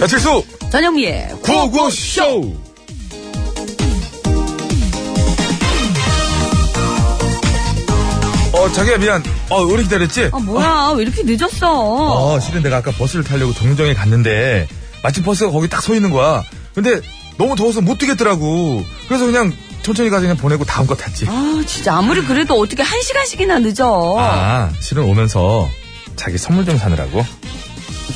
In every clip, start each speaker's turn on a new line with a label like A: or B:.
A: 배칠수
B: 전영미의
A: 구호구쇼
C: 어 자기야 미안 어 오래 기다렸지
B: 아 뭐야 왜 이렇게 늦었어?
C: 어 실은 내가 아까 버스를 타려고 동정에 갔는데 마침 버스가 거기 딱 서 있는 거야 근데 너무 더워서 못 뛰겠더라고 그래서 그냥 천천히 가서 그냥 보내고 다음 거 탔지
B: 아 진짜 아무리 그래도 어떻게 한 시간씩이나 늦어?
C: 아 실은 오면서 자기 선물 좀 사느라고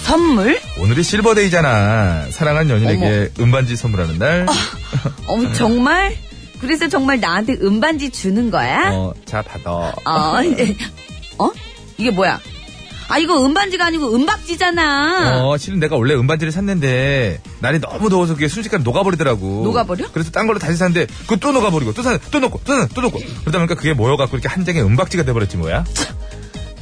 B: 선물?
C: 오늘이 실버데이잖아 사랑한 연인에게 음반지 선물하는 날 네.
B: 어 정말? 그래서 정말 나한테 음반지 주는 거야?
C: 어, 자, 받아.
B: 어,
A: 네.
B: 이제- 어? 이게 뭐야? 아, 이거 은반지가 아니고 은박지잖아.
C: 어, 실은 내가 원래 은반지를 샀는데, 날이 너무 더워서 그게 순식간에 녹아버리더라고.
B: 녹아버려?
C: 그래서 딴 걸로 다시 샀는데, 그거 또 녹아버리고, 또 사, 또 녹고, 또, 사- 또 녹고. 그러다 보니까 그게 모여갖고 이렇게 한 장의 은박지가 돼버렸지
B: 아,
C: 뭐야?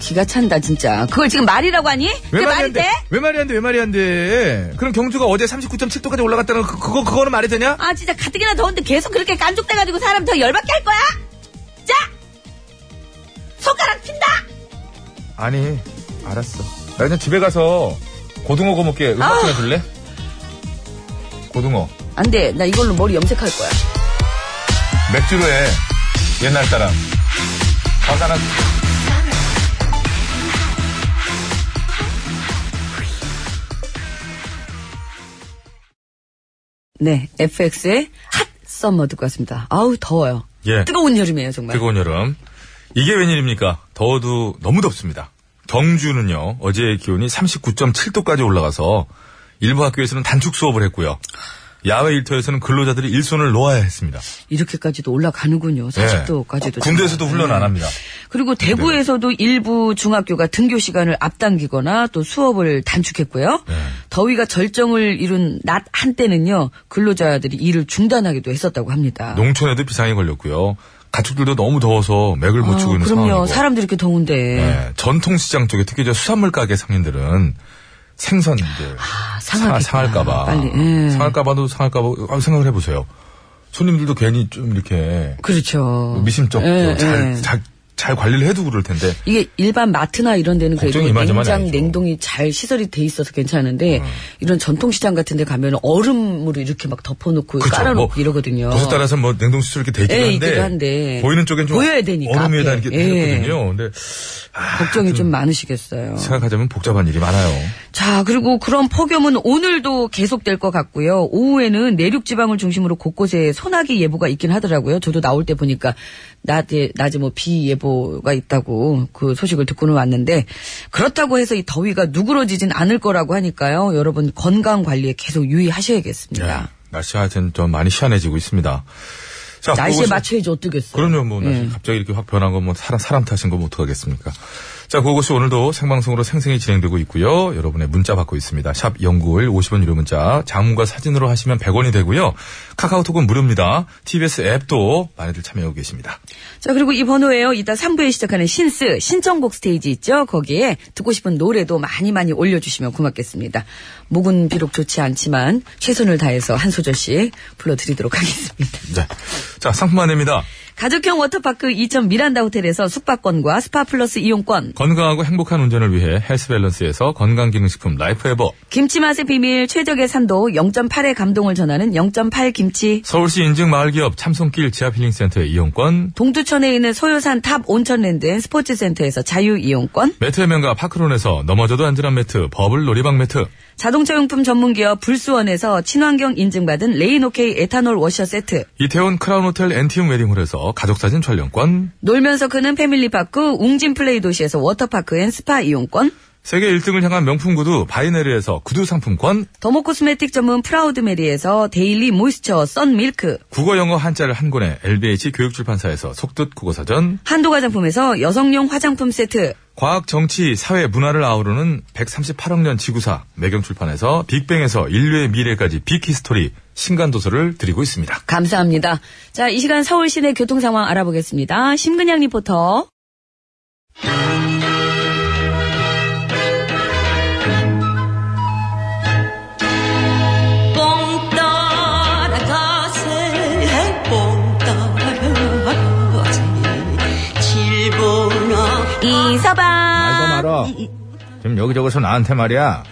B: 기가 찬다, 진짜. 그걸 지금 말이라고 하니? 그게 말이
C: 안 돼?
B: 돼?
C: 왜 말이 안 돼? 왜 말이 안 돼? 그럼 경주가 어제 39.7도까지 올라갔다는 거, 그거, 그거는 말이 되냐?
B: 아, 진짜 가뜩이나 더운데 계속 그렇게 깐족돼가지고 사람 더 열받게 할 거야? 자! 손가락 핀다!
C: 아니, 알았어. 나 그냥 집에 가서 고등어 구워먹게
B: 아.
C: 은박지나 줄래? 고등어.
B: 안 돼. 나 이걸로 머리 염색할 거야.
C: 맥주로 해. 옛날 사람. 바다는
B: 네. FX의 핫 썸머 듣고 왔습니다. 아우, 더워요.
A: 예.
B: 뜨거운 여름이에요, 정말.
A: 뜨거운 여름. 이게 웬일입니까? 더워도 너무 덥습니다. 경주는요, 어제 기온이 39.7도까지 올라가서 일부 학교에서는 단축 수업을 했고요. 야외 일터에서는 근로자들이 일손을 놓아야 했습니다.
B: 이렇게까지도 올라가는군요.
A: 예.
B: 40도까지도. 네. 음.
A: 군대에서도 훈련 안 합니다.
B: 그리고
A: 네.
B: 대구에서도 일부 중학교가 등교 시간을 앞당기거나 또 수업을 단축했고요.
A: 네.
B: 더위가 절정을 이룬 낮 한때는요, 근로자들이 일을 중단하기도 했었다고 합니다.
A: 농촌에도 비상이 걸렸고요. 가축들도 너무 더워서 맥을 못
B: 아,
A: 추고 있는
B: 그럼요.
A: 상황이고.
B: 사람들이 이렇게 더운데.
A: 예, 전통시장 쪽에 특히 저 수산물 가게 상인들은 생선들
B: 아, 상하겠구나.
A: 상할까봐
B: 빨리. 예.
A: 상할까봐도 상할까봐 한번 생각을 해보세요. 손님들도 괜히 좀 이렇게
B: 그렇죠.
A: 미심쩍
B: 예,
A: 잘,
B: 예.
A: 잘, 잘 관리를 해도 그럴 텐데
B: 이게 일반 마트나 이런 데는 그래도
A: 걱정이 이만저만이
B: 냉장,
A: 아니죠. 음.
B: 냉동이 잘 시설이 돼 있어서 괜찮은데 이런 전통시장 같은 데 가면 얼음으로 이렇게 막 덮어놓고
A: 그쵸,
B: 깔아놓고
A: 뭐,
B: 이러거든요.
A: 곳에 따라서 뭐 냉동실 이렇게 돼 있기도
B: 예,
A: 한데,
B: 있기도 한데.
A: 보이는 쪽엔 좀
B: 보여야 되니까,
A: 얼음 위에다
B: 앞에.
A: 이렇게
B: 예.
A: 해거든요 근데 아,
B: 걱정이 좀 많으시겠어요.
A: 생각하자면 복잡한 일이 많아요.
B: 자, 그리고 그런 폭염은 오늘도 계속될 것 같고요. 오후에는 내륙 지방을 중심으로 곳곳에 소나기 예보가 있긴 하더라고요. 저도 나올 때 보니까 낮에 낮에 뭐 비 예보가 있다고 그 소식을 듣고는 왔는데 그렇다고 해서 이 더위가 누그러지진 않을 거라고 하니까요. 여러분 건강 관리에 계속
A: 네.
B: 유의하셔야겠습니다.
A: 날씨가 하여튼 좀 많이 시원해지고 있습니다. 자,
B: 날씨에
A: 아, 그것이-
B: 맞춰야지 어떻겠어요.
A: 그럼요, 뭐, 날씨 갑자기 이렇게 확 변한 건 뭐, 사람, 사람 탓인 거면 어떡하겠습니까. 자, 그것이 오늘도 생방송으로 생생히 진행되고 있고요. 여러분의 문자 받고 있습니다. 샵 0951 50원 유료 문자, 장문과 사진으로 하시면 100원이 되고요. 카카오톡은 무료입니다. TBS 앱도 많이들 참여하고 계십니다.
B: 자, 그리고 이 번호에요. 이따 3부에 시작하는 신스, 신청곡 스테이지 있죠? 거기에 듣고 싶은 노래도 많이 많이 올려주시면 고맙겠습니다. 목은 비록 좋지 않지만 최선을 다해서 한 소절씩 불러드리도록 하겠습니다.
A: 네. 자, 상품 안내입니다.
B: 가족형 워터파크 2000 미란다 호텔에서 숙박권과 스파 플러스 이용권,
A: 건강하고 행복한 운전을 위해 헬스 밸런스에서 건강기능식품 라이프 에버,
B: 김치 맛의 비밀 최적의 산도 0.8의 감동을 전하는 0.8 김치,
A: 서울시 인증 마을기업 참손길 지하필링센터의 이용권,
B: 동두천에 있는 소요산 탑 온천랜드 앤 스포츠센터에서 자유 이용권,
A: 매트의 명가 파크론에서 넘어져도 안전한 매트, 버블 놀이방 매트,
B: 자동차 용품 전문 기업 불수원에서 친환경 인증받은 레인오케이 에탄올 워셔 세트.
D: 이태원 크라운 호텔 엔티움 웨딩홀에서 가족사진 촬영권,
B: 놀면서 크는 패밀리 파크 웅진 플레이 도시에서 워터파크 앤 스파 이용권.
D: 세계 1등을 향한 명품 구두 바이네르에서 구두 상품권,
B: 더모 코스메틱 전문 프라우드메리에서 데일리 모이스처 썬 밀크.
D: 국어 영어 한자를 한 권에 LBH 교육출판사에서 속뜻 국어사전,
B: 한도 화장품에서 여성용 화장품 세트.
D: 과학, 정치, 사회, 문화를 아우르는 138억 년 지구사 매경출판에서 빅뱅에서 인류의 미래까지 빅히스토리 신간도서를 드리고 있습니다.
B: 감사합니다. 자, 이 시간 서울 시내 교통 상황 알아보겠습니다. 심근양 리포터.
E: 뽕 따라가세 뽕 따라가세 질보나
B: 이서방.
A: 말아. 지금 여기저기서 나한테 말이야.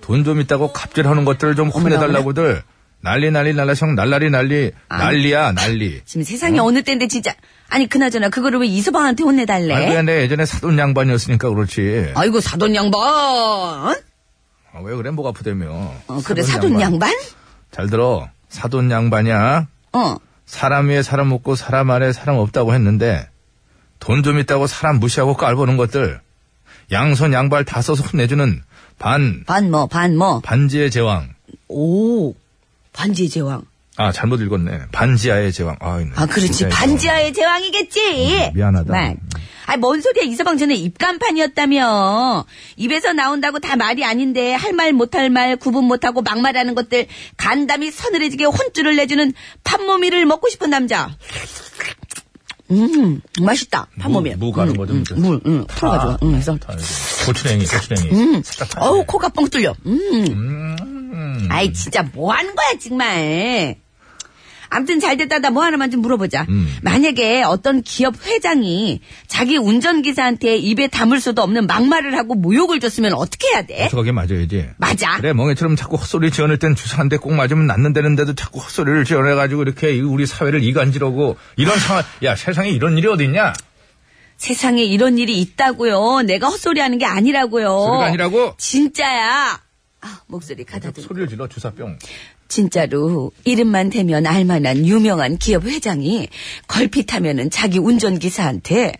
A: 돈 좀 있다고 갑질하는 것들을 좀 혼내달라고들. 난리 난리 난라성 날라리 난리 난리야 난리.
B: 지금 세상에 어? 느 때인데 진짜. 아니 그나저나 그거를 왜 이서방한테 혼내달래?
A: 아, 그게 내 예전에 사돈 양반이었으니까 그렇지.
B: 아이고 사돈 양반.
A: 아, 왜 그래 목 아프다며.
B: 어, 그래 사돈 양반?
A: 잘 들어. 사돈 양반이야.
B: 어.
A: 사람 위에 사람 없고 사람 아래 사람 없다고 했는데 돈 좀 있다고 사람 무시하고 깔보는 것들 양손 양발 다 써서 혼내주는 반
B: 반 뭐 반 뭐.
A: 반지의 제왕
B: 오. 반지의 제왕.
A: 아 잘못 읽었네 반지하의 제왕 아, 네.
B: 아 그렇지
A: 진짜 이거.
B: 반지하의 제왕이겠지.
A: 음, 미안하다.
B: 정말. 아이 뭔 소리야 이서방 전에 입간판이었다며 입에서 나온다고 다 말이 아닌데 할 말 못할 말 구분 못하고 막말하는 것들 간담이 서늘해지게 혼쭐을 내주는 판모미를 먹고 싶은 남자 음 맛있다 판모미
A: 무 가는 거죠, 이제.
B: 물 음, 풀어가지고 음, 해서
A: 아이고, 고추냉이 고추냉이
B: 음. 어우 코가 뻥 뚫려 음. 아이 진짜 뭐 하는 거야 정말 암튼 잘 됐다 나 뭐 하나만 좀 물어보자
A: 음.
B: 만약에 어떤 기업 회장이 자기 운전기사한테 입에 담을 수도 없는 막말을 하고 모욕을 줬으면 어떻게 해야 돼?
A: 어떻게 맞아야지
B: 맞아
A: 그래 멍해처럼 자꾸 헛소리 지어낼 땐 주사한데 꼭 맞으면 낫는다는데도 자꾸 헛소리를 지어내가지고 이렇게 이 우리 사회를 이간지러고 이런 상황 야 세상에 이런 일이 어딨냐
B: 세상에 이런 일이 있다고요 내가 헛소리하는 게 아니라고요
A: 소리가 아니라고
B: 진짜야 아, 목소리 가다듬
A: 소리를 질러 주사병
B: 진짜로 이름만 대면 알만한 유명한 기업 회장이 걸핏하면은 자기 운전기사한테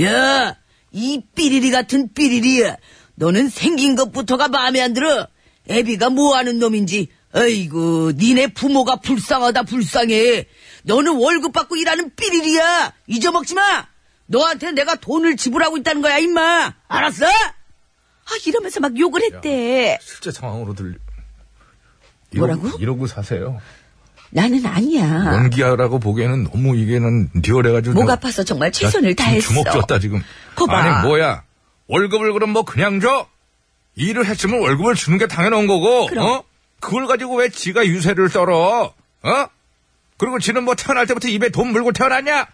B: 야, 이 삐리리 같은 삐리리 너는 생긴 것부터가 마음에 안 들어 애비가 뭐하는 놈인지 아이고 니네 부모가 불쌍하다 불쌍해 너는 월급 받고 일하는 삐리리야 잊어먹지 마 너한테 내가 돈을 지불하고 있다는 거야 임마 알았어? 아 이러면서 막 욕을 했대
A: 실제 상황으로 들
B: 뭐라고?
A: 이러고 사세요
B: 나는 아니야
A: 연기하라고 보기에는 너무 이게는 리얼해가지고
B: 목
A: 내가-
B: 아파서 정말
A: 나
B: 최선을
A: 지금
B: 다했어.
A: 주먹 쥐었다 지금
B: 거봐.
A: 아니 뭐야 월급을 그럼 뭐 그냥 줘 일을 했으면 월급을 주는 게 당연한 거고
B: 그럼.
A: 어? 그걸 가지고 왜 지가 유세를 떨어 어? 그리고 지는 뭐 태어날 때부터 입에 돈 물고 태어났냐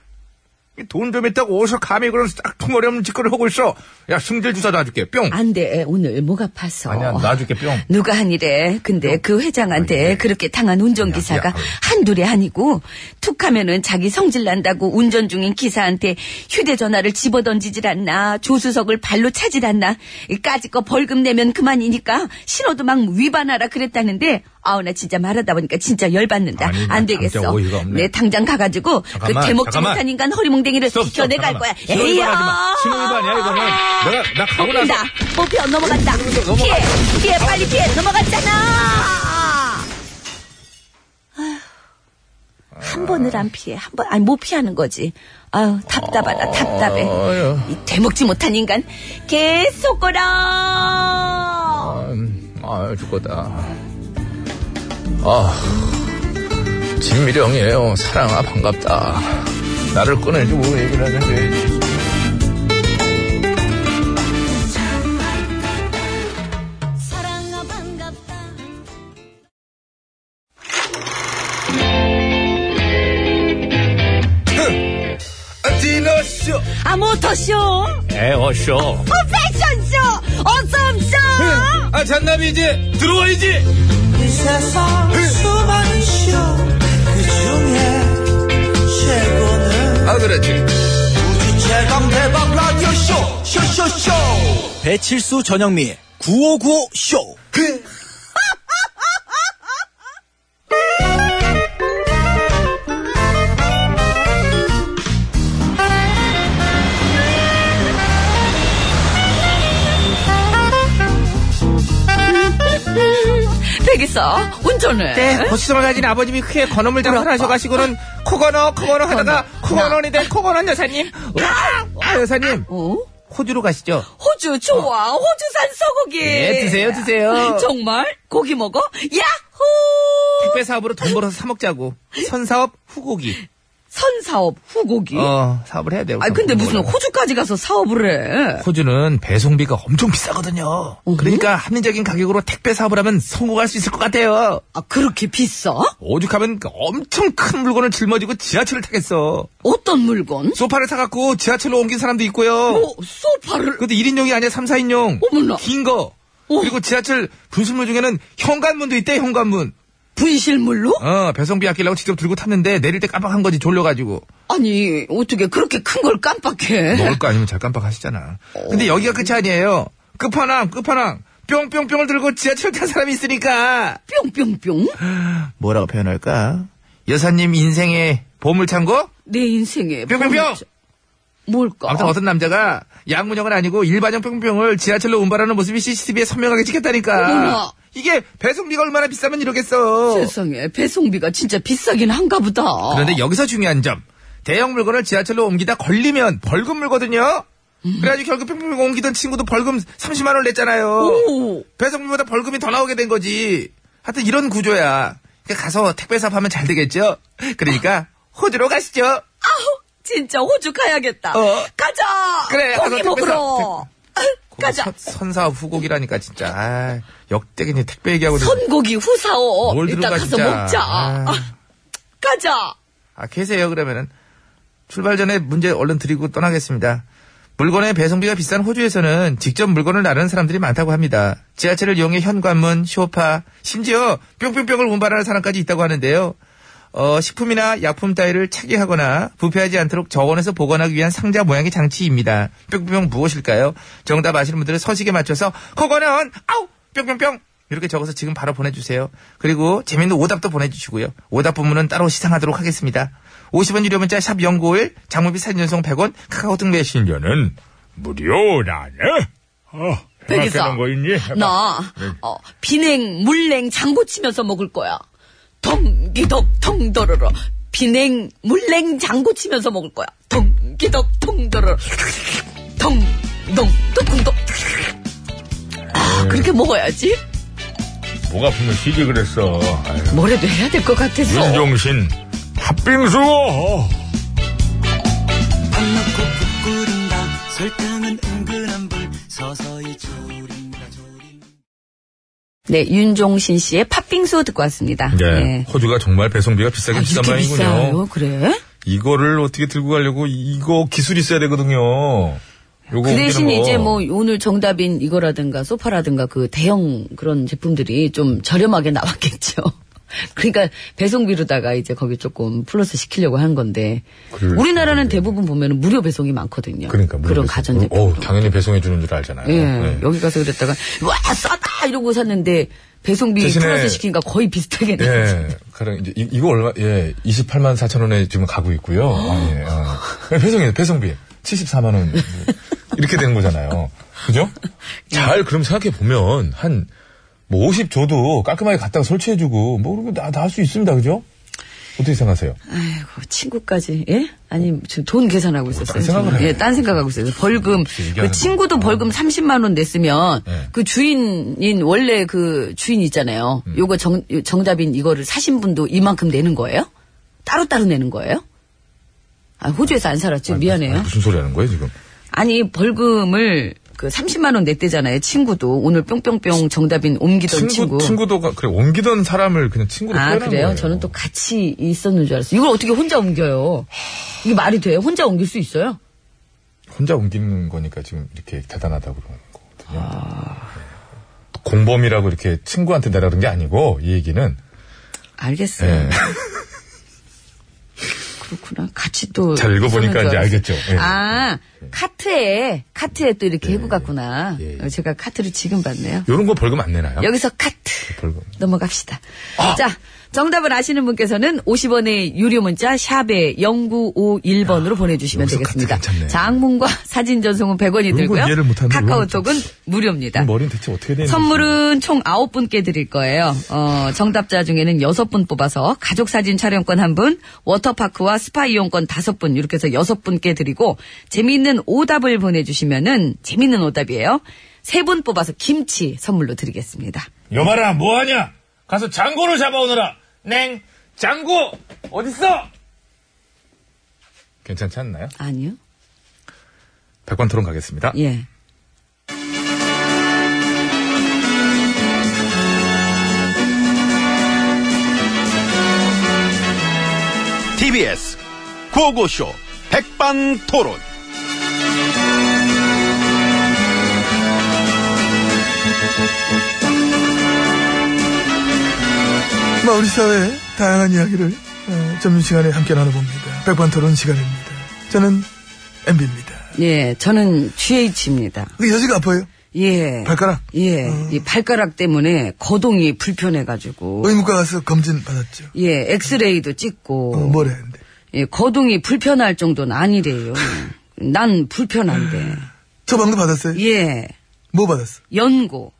A: 돈 좀 있다고 어디서 감히 그런 싹퉁어리 없는 짓거리를 하고 있어 야 승질 주사 놔줄게 뿅
B: 안 돼. 오늘 목 아파서.
A: 놔줄게 뿅 아,
B: 누가 한 일에 근데 그 회장한테 그렇게 당한 운전기사가
A: 야, 야.
B: 한둘이 아니고 툭 하면은 자기 성질 난다고 운전 중인 기사한테 휴대전화를 집어던지질 않나 조수석을 발로 차질 않나 이 까짓거 벌금 내면 그만이니까 신호도 막 위반하라 그랬다는데 아우 나 진짜 말하다 보니까 진짜 열받는다
A: 아니, 나
B: 안
A: 진짜
B: 되겠어
A: 어이가 없네.
B: 내 당장 가가지고
A: 잠깐만,
B: 그 대목지
A: 잠깐만.
B: 못한 인간 허리몽댕이를
A: 스톱, 스톱,
B: 비켜내갈
A: 잠깐만.
B: 거야 아,
A: 신호 위반하지 마. 신호 위반이야, 이거는. 내가- 나 가고 나서-
B: 뽑힌다. 뽑혀 넘어간다. 피해, 피해, 빨리 피해. 넘어갔잖아. 아휴, 한 번을 안 피해. 한 번, 아니, 못 피하는 거지. 아유, 답답하다,
A: 어,
B: 답답해.
A: 아유.
B: 이 대먹지 못한 인간, 계속 거라!
A: 아 죽었다 아 진미령이에요 사랑아 반갑다 나를 꺼내주고 얘기를 하자고
E: 사랑아 반갑다
A: 디너쇼
B: 아, 모터쇼!
A: 에어쇼
B: 어, 패션쇼! 어썸쇼!
A: 아 잔남이 이제 들어와야지
F: 이 세상
A: 네.
F: 수많은 쇼그 중에 최고는
A: 아 그렇지
F: 우주 최강 대박 라디오 쇼 쇼쇼쇼 배칠수 전영미 9595 쇼
A: 네.
B: 되겠어. 운전해.
A: 때 고시성을 가진 네, 아버님이 크게 건어물 장사를 하셔가시고는 코건어 코건어 하다가 코건원이 된 코건원 여사님 아 여사님
B: 어?
A: 호주로 가시죠
B: 호주 좋아. 호주산 소고기.
A: 어. 예, 드세요, 드세요.
B: 정말? 고기 먹어? 야호!
A: 택배 사업으로 돈 벌어서 사 먹자고 선사업 후고기
B: 선사업 후고기.
A: 어 사업을 해야 돼요
B: 아 근데 무슨
A: 그거를.
B: 호주까지 가서 사업을 해?
A: 호주는 배송비가 엄청 비싸거든요 그러니까 합리적인 가격으로 택배 사업을 하면 성공할 수 있을 것 같아요
B: 아 그렇게 비싸?
A: 오죽하면 그 엄청 큰 물건을 짊어지고 지하철을 타겠어
B: 어떤 물건?
A: 소파를 사갖고 지하철로 옮긴 사람도 있고요
B: 뭐 소파를
A: 어. 그것도 1인용이 아니야, 3, 4인용.
B: 어머나.
A: 긴 거.
B: 어.
A: 그리고 지하철 분실물 중에는 현관문도 있대, 현관문.
B: 분실물로?
A: 어, 배송비 아끼려고 직접 들고 탔는데 내릴 때 깜빡한 거지, 졸려가지고.
B: 아니 어떻게 그렇게 큰 걸 깜빡해?
A: 먹을 거 아니면 잘 깜빡하시잖아. 근데
B: 어.
A: 여기가 끝이 아니에요. 끝판왕, 끝판왕. 뿅뿅뿅을 들고 지하철 탄 사람이 있으니까.
B: 뿅뿅뿅
A: 뭐라고 표현할까? 여사님 인생의 보물창고?
B: 내 인생에
A: 뿅뿅뿅!
B: 보물자- 뭘까?
A: 아무튼 어떤 남자가 양문형은 아니고 일반형 뿅뿅을 지하철로 운반하는 모습이 CCTV에 선명하게 찍혔다니까.
B: 어머나.
A: 이게 배송비가 얼마나 비싸면 이러겠어.
B: 세상에 배송비가 진짜 비싸긴 한가 보다.
A: 그런데 여기서 중요한 점. 대형 물건을 지하철로 옮기다 걸리면 벌금 물거든요.
B: 음.
A: 그래가지고 결국 뿅뿅 옮기던 친구도 벌금 30만 원을 냈잖아요.
B: 오.
A: 배송비보다 벌금이 더 나오게 된 거지. 하여튼 이런 구조야. 그러니까 가서 택배사업 하면 잘 되겠죠? 그러니까 호주로 가시죠.
B: 아우 진짜 호주 가야겠다.
A: 어.
B: 가자.
A: 그래,
B: 고기
A: 가서
B: 먹으러. 어, 가자.
A: 선- 선사업 후곡이라니까 진짜 아, 역대긴 이 택배 얘기하고
B: 선고기 후사오.
A: 뭘
B: 일단
A: 들어가,
B: 가서
A: 진짜.
B: 먹자.
A: 아.
B: 아, 가자.
A: 아, 계세요, 그러면은. 출발 전에 문제 얼른 드리고 떠나겠습니다. 물건의 배송비가 비싼 호주에서는 직접 물건을 나르는 사람들이 많다고 합니다. 지하철을 이용해 현관문, 쇼파, 심지어 뿅뿅뿅을 운반하는 사람까지 있다고 하는데요. 어, 식품이나 약품 따위를 차기하거나 부패하지 않도록 저온에서 보관하기 위한 상자 모양의 장치입니다. 뿅뿅뿅 무엇일까요? 정답 아시는 분들은 서식에 맞춰서 그거는 아우 뿅뿅뿅 이렇게 적어서 지금 바로 보내주세요. 그리고 재밌는 오답도 보내주시고요. 오답 부문은 따로 시상하도록 하겠습니다. 50원 유료 문자 샵 0951, 장무비 사진 전송 100원, 카카오톡 메신
G: 신년은 무료라네. 어,
B: 백이사. 나, 어, 비냉, 물냉, 장구 치면서 먹을 거야. 덩기덕, 덩더러러. 비냉, 물냉, 장구 치면서 먹을 거야. 덩기덕, 덩더러러. 덩, 덩, 덩쿵덕. 아, 그렇게 먹어야지.
G: 뭐가 분명 시지 그랬어. 아유,
B: 뭐라도 해야 될 것 같아서.
G: 윤종신 팥빙수.
F: 밥 넣고 국 끓인다 설탕은 은근한 불 서서히 졸인다 졸인다
B: 네, 윤종신 씨의 팥빙수 듣고 왔습니다.
G: 네, 호주가 정말 배송비가 비싸긴
B: 아,
G: 비싼
B: 이렇게
G: 모양이군요. 어,
B: 비싸요? 그래?
G: 이거를 어떻게 들고 가려고 이- 이거 기술이 있어야 되거든요. 요거
B: 그 대신
G: 옮기는 거.
B: 이제 뭐 오늘 정답인 이거라든가 소파라든가 그 대형 그런 제품들이 좀 저렴하게 나왔겠죠. 그러니까 배송비로다가 이제 거기 조금 플러스 시키려고 한 건데
G: 그럴
B: 우리나라는 대부분 보면 무료 배송이 많거든요.
G: 그러니까 무료
B: 런
G: 배송.
B: 가전제품.
G: 어, 당연히 배송해 주는 줄 알잖아요.
B: 예,
G: 네.
B: 여기 가서 그랬다가 와 싸다 이러고 샀는데 배송비
G: 대신에-
B: 플러스 시킨가 거의 비슷하게 나왔어요.
G: 예, 가령 이제 이, 이거 얼마? 예, 28만 4천 원에 지금 가고 있고요. 아, 예, 아. 배송이 배송비 74만 원 이렇게 되는 거잖아요. 그죠?
B: 예.
G: 잘 그럼 생각해 보면 한 뭐 50 줘도 깔끔하게 갖다가 설치해주고 뭐 그런 거다다 할 수 있습니다. 그죠? 어떻게 생각하세요?
B: 아이고 친구까지 예? 아니 지금 돈 계산하고 있었어요.
G: 생각을
B: 저는.
G: 해.
B: 예, 딴 생각하고 있어요. 벌금
G: 얘기하는
B: 그 친구도 벌금 30만 원 냈으면
G: 예.
B: 그 주인인 원래 그 주인 있잖아요. 요거 정, 정답인 이거를 사신 분도 이만큼 내는 거예요? 따로 따로 내는 거예요? 아 호주에서 안 살았죠. 미안해요.
G: 아니, 무슨 소리 하는 거예요 지금?
B: 아니 벌금을 그 30만 원 냈대잖아요. 친구도 오늘 뿅뿅뿅 정답인 옮기던 친구.
G: 친구 친구도 가- 그래 옮기던 사람을 그냥 친구로
B: 아
G: 표현한
B: 그래요?
G: 거예요.
B: 저는 또 같이 있었는 줄 알았어요. 이걸 어떻게 혼자 옮겨요? 이게 말이 돼요? 혼자 옮길 수 있어요?
G: 혼자 옮기는 거니까 지금 이렇게 대단하다고 그러는 거거든요. 네. 공범이라고 이렇게 친구한테 내라는 게 아니고 이 얘기는
B: 알겠어요.
G: 예.
B: 그렇구나. 같이 또.
G: 잘 읽어보니까
B: 있었는 줄
G: 이제
B: 알았어요.
G: 알겠죠. 예.
B: 아, 카트에 카트에 또 이렇게
A: 예.
B: 해고 갔구나.
A: 예, 예.
B: 어, 제가 카트를 지금 봤네요.
A: 요런 거 벌금 안 내나요?
B: 여기서 카트
A: 벌금.
B: 넘어갑시다.
A: 아.
B: 자, 정답을 아시는 분께서는 50원의 유료 문자 샵에 0951번으로 보내주시면
A: 여기서 카트
B: 되겠습니다.
A: 괜찮네.
B: 장문과 사진 전송은 100원이
A: 이런 건
B: 들고요.
A: 이해를 못하는데
B: 카카오톡은
A: 이건
B: 무료입니다.
A: 머리는 대체 어떻게 되는
B: 선물은 총 9분께 드릴 거예요. 어, 정답자 중에는 6분 뽑아서 가족사진 촬영권 1분, 워터파크와 스파 이용권 5분, 이렇게 해서 6분께 드리고, 재미있는 오답을 보내주시면은, 재미있는 오답이에요. 3분 뽑아서 김치 선물로 드리겠습니다.
C: 여봐라 뭐하냐 가서 장고를 잡아오너라 냉 장고 어딨어
A: 괜찮지 않나요?
B: 아니요?
A: 백반 토론 가겠습니다.
B: 예.
H: TBS 고고쇼 백반토론.
I: 마 뭐, 우리 사회의 다양한 이야기를 어, 점심시간에 함께 나눠봅니다. 백반토론 시간입니다. 저는 MB입니다. 그
B: 예, 저는 GH입니다.
I: 여지가 아파요?
B: 예.
I: 발가락? 음.
B: 예. 이 발가락 때문에 거동이 불편해가지고.
I: 의무과 가서 검진 받았죠.
B: 예, 엑스레이도 찍고.
I: 어, 뭐래 근데.
B: 예, 거동이 불편할 정도는 아니래요. 난
I: 음.
B: 불편한데.
I: 처방도 받았어요?
B: 예,
I: 뭐 받았어?
B: 연고.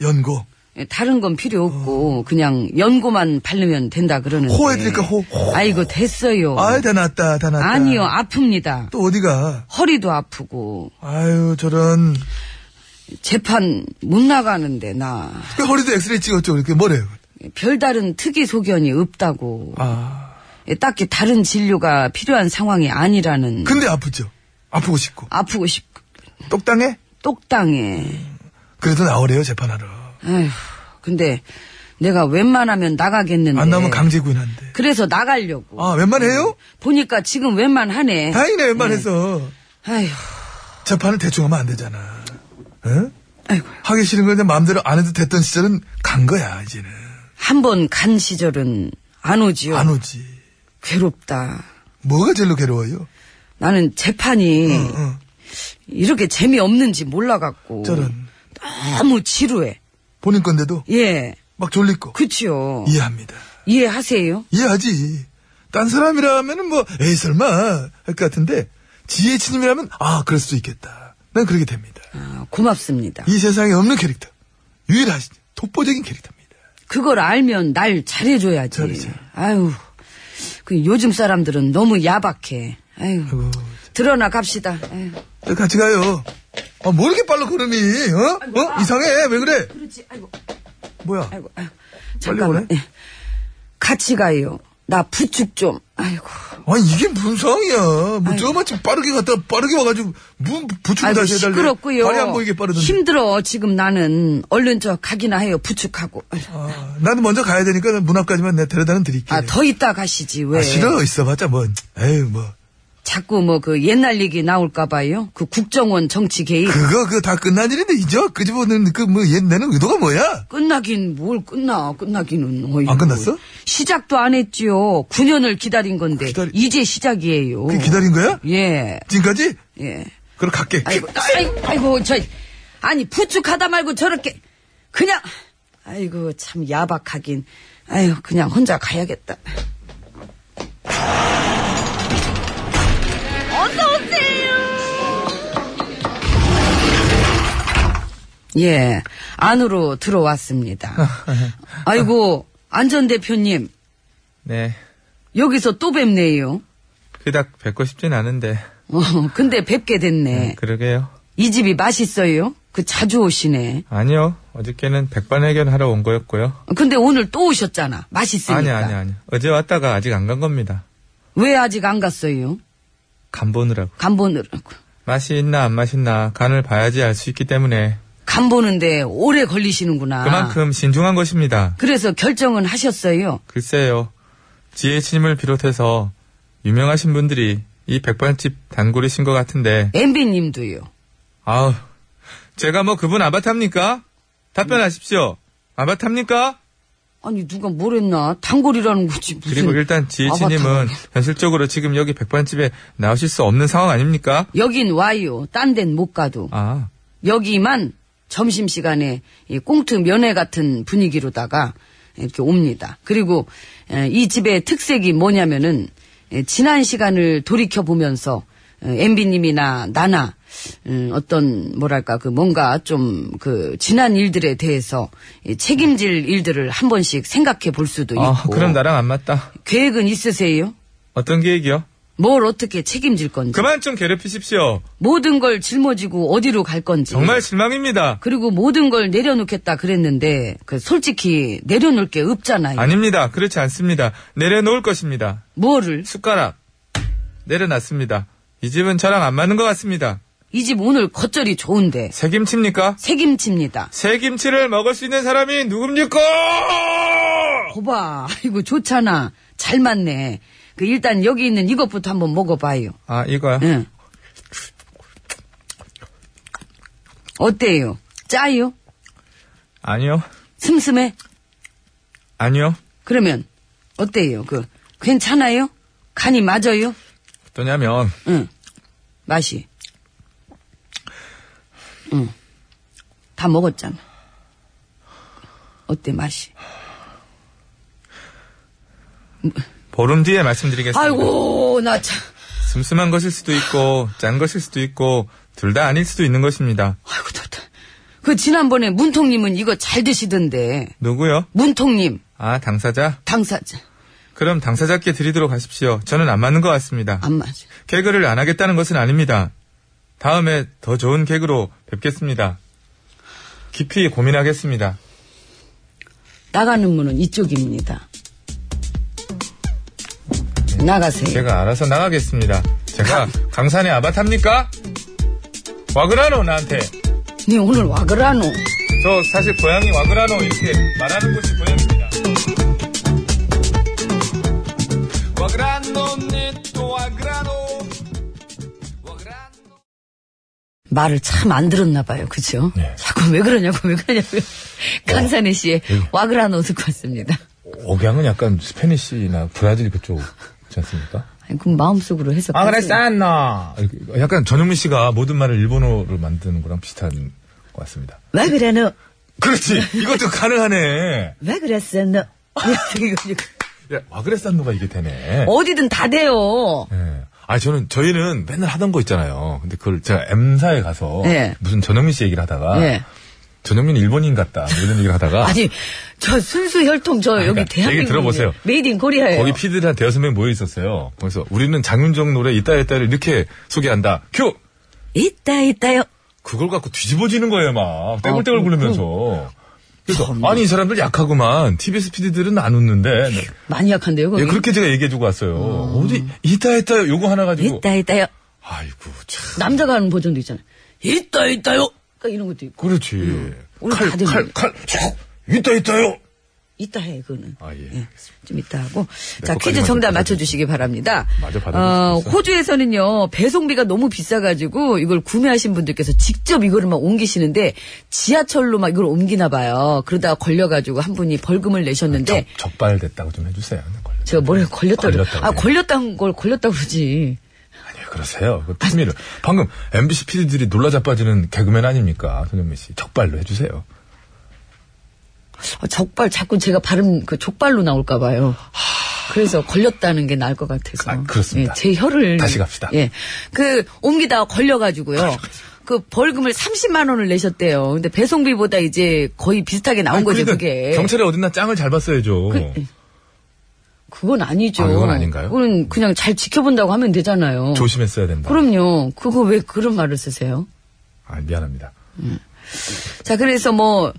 I: 연고.
B: 예, 다른 건 필요 없고 그냥 연고만 바르면 된다 그러는데.
I: 어. 호 해드릴까, 호? 호.
B: 아이고 됐어요.
I: 아이 다 났다 다 났다.
B: 아니요 아픕니다.
I: 또 어디가?
B: 허리도 아프고
I: 아유 저런.
B: 재판 못 나가는데 나
I: 그 허리도 엑스레이 찍었죠. 이렇게 뭐래요?
B: 별다른 특이 소견이 없다고.
I: 아.
B: 예, 딱히 다른 진료가 필요한 상황이 아니라는.
I: 근데 아프죠. 아프고 싶고.
B: 아프고 싶.
I: 똑당해?
B: 똑당해.
I: 그래도 나오래요 재판하러.
B: 에휴, 근데 내가 웬만하면 나가겠는데.
I: 안 나오면 강제구인한데.
B: 그래서 나가려고.
I: 아 웬만해요?
B: 보니까 지금 웬만하네.
I: 다행이네 웬만해서.
B: 아휴,
I: 재판을 대충 하면 안 되잖아. 응? 하기 싫은 걸 그냥 마음대로 안 해도 됐던 시절은 간 거야, 이제는.
B: 한 번 간 시절은 안 오지요.
I: 안 오지.
B: 괴롭다.
I: 뭐가 제일로 괴로워요?
B: 나는 재판이
I: 응.
B: 이렇게 재미없는지 몰라갖고.
I: 저런.
B: 너무 지루해.
I: 본인 건데도
B: 예,
I: 막 졸리고.
B: 그치요.
I: 이해합니다.
B: 이해하세요?
I: 이해하지. 딴 사람이라면은 뭐, 에이, 설마. 할 것 같은데, 지혜치님이라면, 아, 그럴 수도 있겠다. 난 그렇게 됩니다.
B: 아, 고맙습니다.
I: 이 세상에 없는 캐릭터. 유일하신, 독보적인 캐릭터입니다.
B: 그걸 알면 날 잘해줘야지.
I: 잘해줘.
B: 아유, 그 요즘 사람들은 너무 야박해. 아유,
I: 아이고,
B: 드러나 갑시다. 아유.
I: 자, 같이 가요. 아, 뭐 이렇게 빨라, 걸음이, 어? 어? 이상해. 왜 그래?
B: 그렇지, 아이고,
I: 뭐야?
B: 아, 아이고, 아유. 잠깐만.
I: 오네.
B: 예. 같이 가요. 나 부축 좀. 아이고,
I: 아니 이게 무슨 상황이야? 뭐 저마침 빠르게 갔다 가 빠르게 와가지고 문 부추고
B: 아이고
I: 다시 해달래.
B: 시끄럽고요.
I: 발이 안 보이게 빠르던데.
B: 힘들어 지금 나는 얼른 저 가기나 해요. 부축하고.
I: 아, 나도 먼저 가야 되니까 문 앞까지만 내 데려다는 드릴게.
B: 아 더 있다 가시지 왜?
I: 아, 싫어 있어봤자 뭐 에휴 뭐
B: 자꾸 뭐 그 옛날 얘기 나올까 봐요. 그 국정원 정치 개입.
I: 그거 그 다 끝난 일인데 이제 끄집어내는 그뭐 옛내는 의도가 뭐야?
B: 끝나긴 뭘 끝나 끝나기는 뭐 어이
I: 안 끝났어?
B: 시작도 안 했지요. 9년을 기다린 건데
I: 기다리-
B: 이제 시작이에요.
I: 그게 기다린 거야?
B: 예
I: 지금까지?
B: 예.
I: 그럼 갈게.
B: 아이고 아이고, 아이고 저 아니 부축하다 말고 저렇게 그냥 아이고 참 야박하긴 아유 그냥 혼자 가야겠다. 예, 안으로 들어왔습니다. 아이고, 안전 대표님,
A: 네.
B: 여기서 또 뵙네요.
A: 그닥 뵙고 싶진 않은데.
B: 어, 근데 뵙게 됐네.
A: 그러게요.
B: 이 집이 맛있어요? 그 자주 오시네.
A: 아니요. 어저께는 백반 회견하러 온 거였고요.
B: 근데 오늘 또 오셨잖아. 맛있으니까.
A: 아니, 아니, 아니. 어제 왔다가 아직 안 간 겁니다.
B: 왜 아직 안 갔어요?
A: 간 보느라고.
B: 간 보느라고.
A: 맛이 있나 안 맛있나 간을 봐야지 알 수 있기 때문에
B: 간 보는데 오래 걸리시는구나.
A: 그만큼 신중한 것입니다.
B: 그래서 결정은 하셨어요.
A: 글쎄요. GH님을 비롯해서 유명하신 분들이 이 백반집 단골이신 것 같은데
B: 엠비님도요.
A: 아우 제가 뭐 그분 아바타입니까? 답변하십시오. 아바타입니까?
B: 아니 누가 뭘 했나 단골이라는 거지 무슨
A: 그리고 일단
B: 아바타가.
A: 지혜치님은 현실적으로 지금 여기 백반집에 나오실 수 없는 상황 아닙니까?
B: 여긴 와요 딴 데는 못 가도
A: 아,
B: 여기만 점심시간에 이 꽁트 면회 같은 분위기로다가 이렇게 옵니다. 그리고 에, 이 집의 특색이 뭐냐면은 에, 지난 시간을 돌이켜 보면서 엠비님이나 나나 음, 어떤 뭐랄까 그 뭔가 좀 그 지난 일들에 대해서 이 책임질 일들을 한 번씩 생각해 볼 수도 있고
A: 아, 그럼 나랑 안 맞다.
B: 계획은 있으세요?
A: 어떤 계획이요?
B: 뭘 어떻게 책임질 건지
A: 그만 좀 괴롭히십시오.
B: 모든 걸 짊어지고 어디로 갈 건지
A: 정말 실망입니다.
B: 그리고 모든 걸 내려놓겠다 그랬는데 그 솔직히 내려놓을 게 없잖아요.
A: 음. 아닙니다. 그렇지 않습니다. 내려놓을 것입니다.
B: 뭐를
A: 숟가락 내려놨습니다. 이 집은 저랑 안 맞는 것 같습니다.
B: 이 집 오늘 겉절이 좋은데
A: 새김치입니까?
B: 새김치입니다.
A: 새김치를 먹을 수 있는 사람이 누굽니까?
B: 거봐, 아이고 좋잖아. 잘 맞네. 그 일단 여기 있는 이것부터 한번 먹어봐요. 예.
A: 아, 이거요.
B: 응. 어때요? 짜요?
A: 아니요.
B: 슴슴해?
A: 아니요.
B: 그러면 어때요? 그 괜찮아요? 간이 맞아요?
A: 어떠냐면
B: 응. 맛이. 응. 다 먹었잖아. 어때, 맛이?
A: 보름 뒤에 말씀드리겠습니다.
B: 아이고, 나 참.
A: 슴슴한 것일 수도 있고 짠 것일 수도 있고 둘 다 아닐 수도 있는 것입니다.
B: 아이고, 좋다. 그, 지난번에 문통님은 이거 잘 드시던데.
A: 누구요?
B: 문통님,
A: 아 당사자?
B: 당사자.
A: 그럼 당사자께 드리도록 하십시오. 저는 안 맞는 것 같습니다.
B: 안 맞아.
A: 개그를 안 하겠다는 것은 아닙니다. 다음에 더 좋은 개그로 뵙겠습니다. 깊이 고민하겠습니다.
B: 나가는 문은 이쪽입니다. 나가세요.
A: 제가 알아서 나가겠습니다. 제가 강산의 아바타입니까? 와그라노 나한테.
B: 네 오늘 와 그라노.
A: 저 사실 고향이 와그라노 이렇게 말하는 곳이 고향입니다.
B: 말을 참 안 들었나 봐요. 그죠? 자꾸 왜 그러냐고 왜 그러냐고요. 강산혜 씨의 와그라노 듣고 왔습니다.
A: 억양은 약간 스페니쉬나 브라질 그쪽 있지 않습니까?
B: 아니, 그럼 마음속으로 해석.
A: 아, 그래, 싼나 약간 전현민 씨가 모든 말을 일본어로 만드는 거랑 비슷한 것 같습니다.
B: 와그라노,
A: 그렇지! 이것도 가능하네!
B: 와그라싸노. 이거
A: 야, 예. 와, 그래, 싼노가 이게 아. 되네.
B: 어디든 다 돼요.
A: 예. 아, 저는, 저희는 맨날 하던 거 있잖아요. 근데 그걸 제가 M사에 가서
B: 예.
A: 무슨 전현민 씨 얘기를 하다가
B: 예.
A: 전현민 일본인 같다. 뭐 이런 얘기를 하다가
B: 아니, 저 순수 혈통 저 여기
A: 그러니까
B: 대한민국.
A: 얘기 들어보세요.
B: 메이드 인 코리아예요.
A: 거기 피디들 한 대여섯 명 모여 있었어요. 그래서 우리는 장윤정 노래 이따 이따를 이렇게 소개한다. 큐!
B: 있다, 있다요.
A: 그걸 갖고 뒤집어지는 거예요, 막. 떼굴떼굴
B: 아,
A: 부르면서. 그래서, 아니, 이 사람들 약하구만. TBS PD들은 안 웃는데.
B: 많이 약한데요, 거기.
A: 예, 그렇게 제가 얘기해주고 왔어요. 어디, 이따 이따 요거 하나 가지고.
B: 있다, 있다요.
A: 아이고, 참.
B: 남자가 하는 버전도 있잖아요. 있다, 있다요. 그러니까 이런 것도 있고.
A: 그렇지.
B: 우리
A: 칼,
B: 음. 다
A: 칼, 칼,
B: 듣는데.
A: 슉! 이따 이따요!
B: 이따 해, 그거는.
A: 아, 예.
B: 좀 이따 하고.
A: 네,
B: 자,
A: 그것까지만
B: 퀴즈 정답
A: 좀
B: 맞춰주시기 바랍니다.
A: 맞아, 받아볼
B: 어,
A: 수 있어.
B: 호주에서는요, 배송비가 너무 비싸가지고 이걸 구매하신 분들께서 직접 이거를 막 옮기시는데 지하철로 막 이걸 옮기나 봐요. 그러다가 걸려가지고 한 분이 벌금을 내셨는데
A: 적, 발 됐다고 좀 해주세요. 걸렸-
B: 제가 뭐래 걸렸다고. 그래.
A: 아, 걸렸다고 그래요.
B: 아, 걸렸다는 걸 걸렸다고 그러지.
A: 아니, 그러세요. 그 팬미를. 방금 MBC PD들이 놀라 자빠지는 개그맨 아닙니까? 손흥민 씨. 적발로 해주세요.
B: 아, 적발 자꾸 제가 발음 그 족발로 나올까 봐요. 그래서 걸렸다는 게 나을 것 같아서.
A: 아, 그렇습니다.
B: 예, 제 혀를
A: 다시 갑시다.
B: 예. 그 옮기다가 걸려 가지고요. 그 벌금을 30만 원을 내셨대요. 근데 배송비보다 이제 거의 비슷하게 나온
A: 아니,
B: 거죠,
A: 그러니까
B: 그게. 그,
A: 경찰이 어딨나 짱을 잘 봤어야죠.
B: 그건 아니죠.
A: 아, 그건 아닌가요?
B: 그건 그냥 잘 지켜본다고 하면 되잖아요.
A: 조심했어야 된다.
B: 그럼요. 그거 왜 그런 말을 쓰세요?
A: 아, 미안합니다.
B: 자, 그래서 뭐,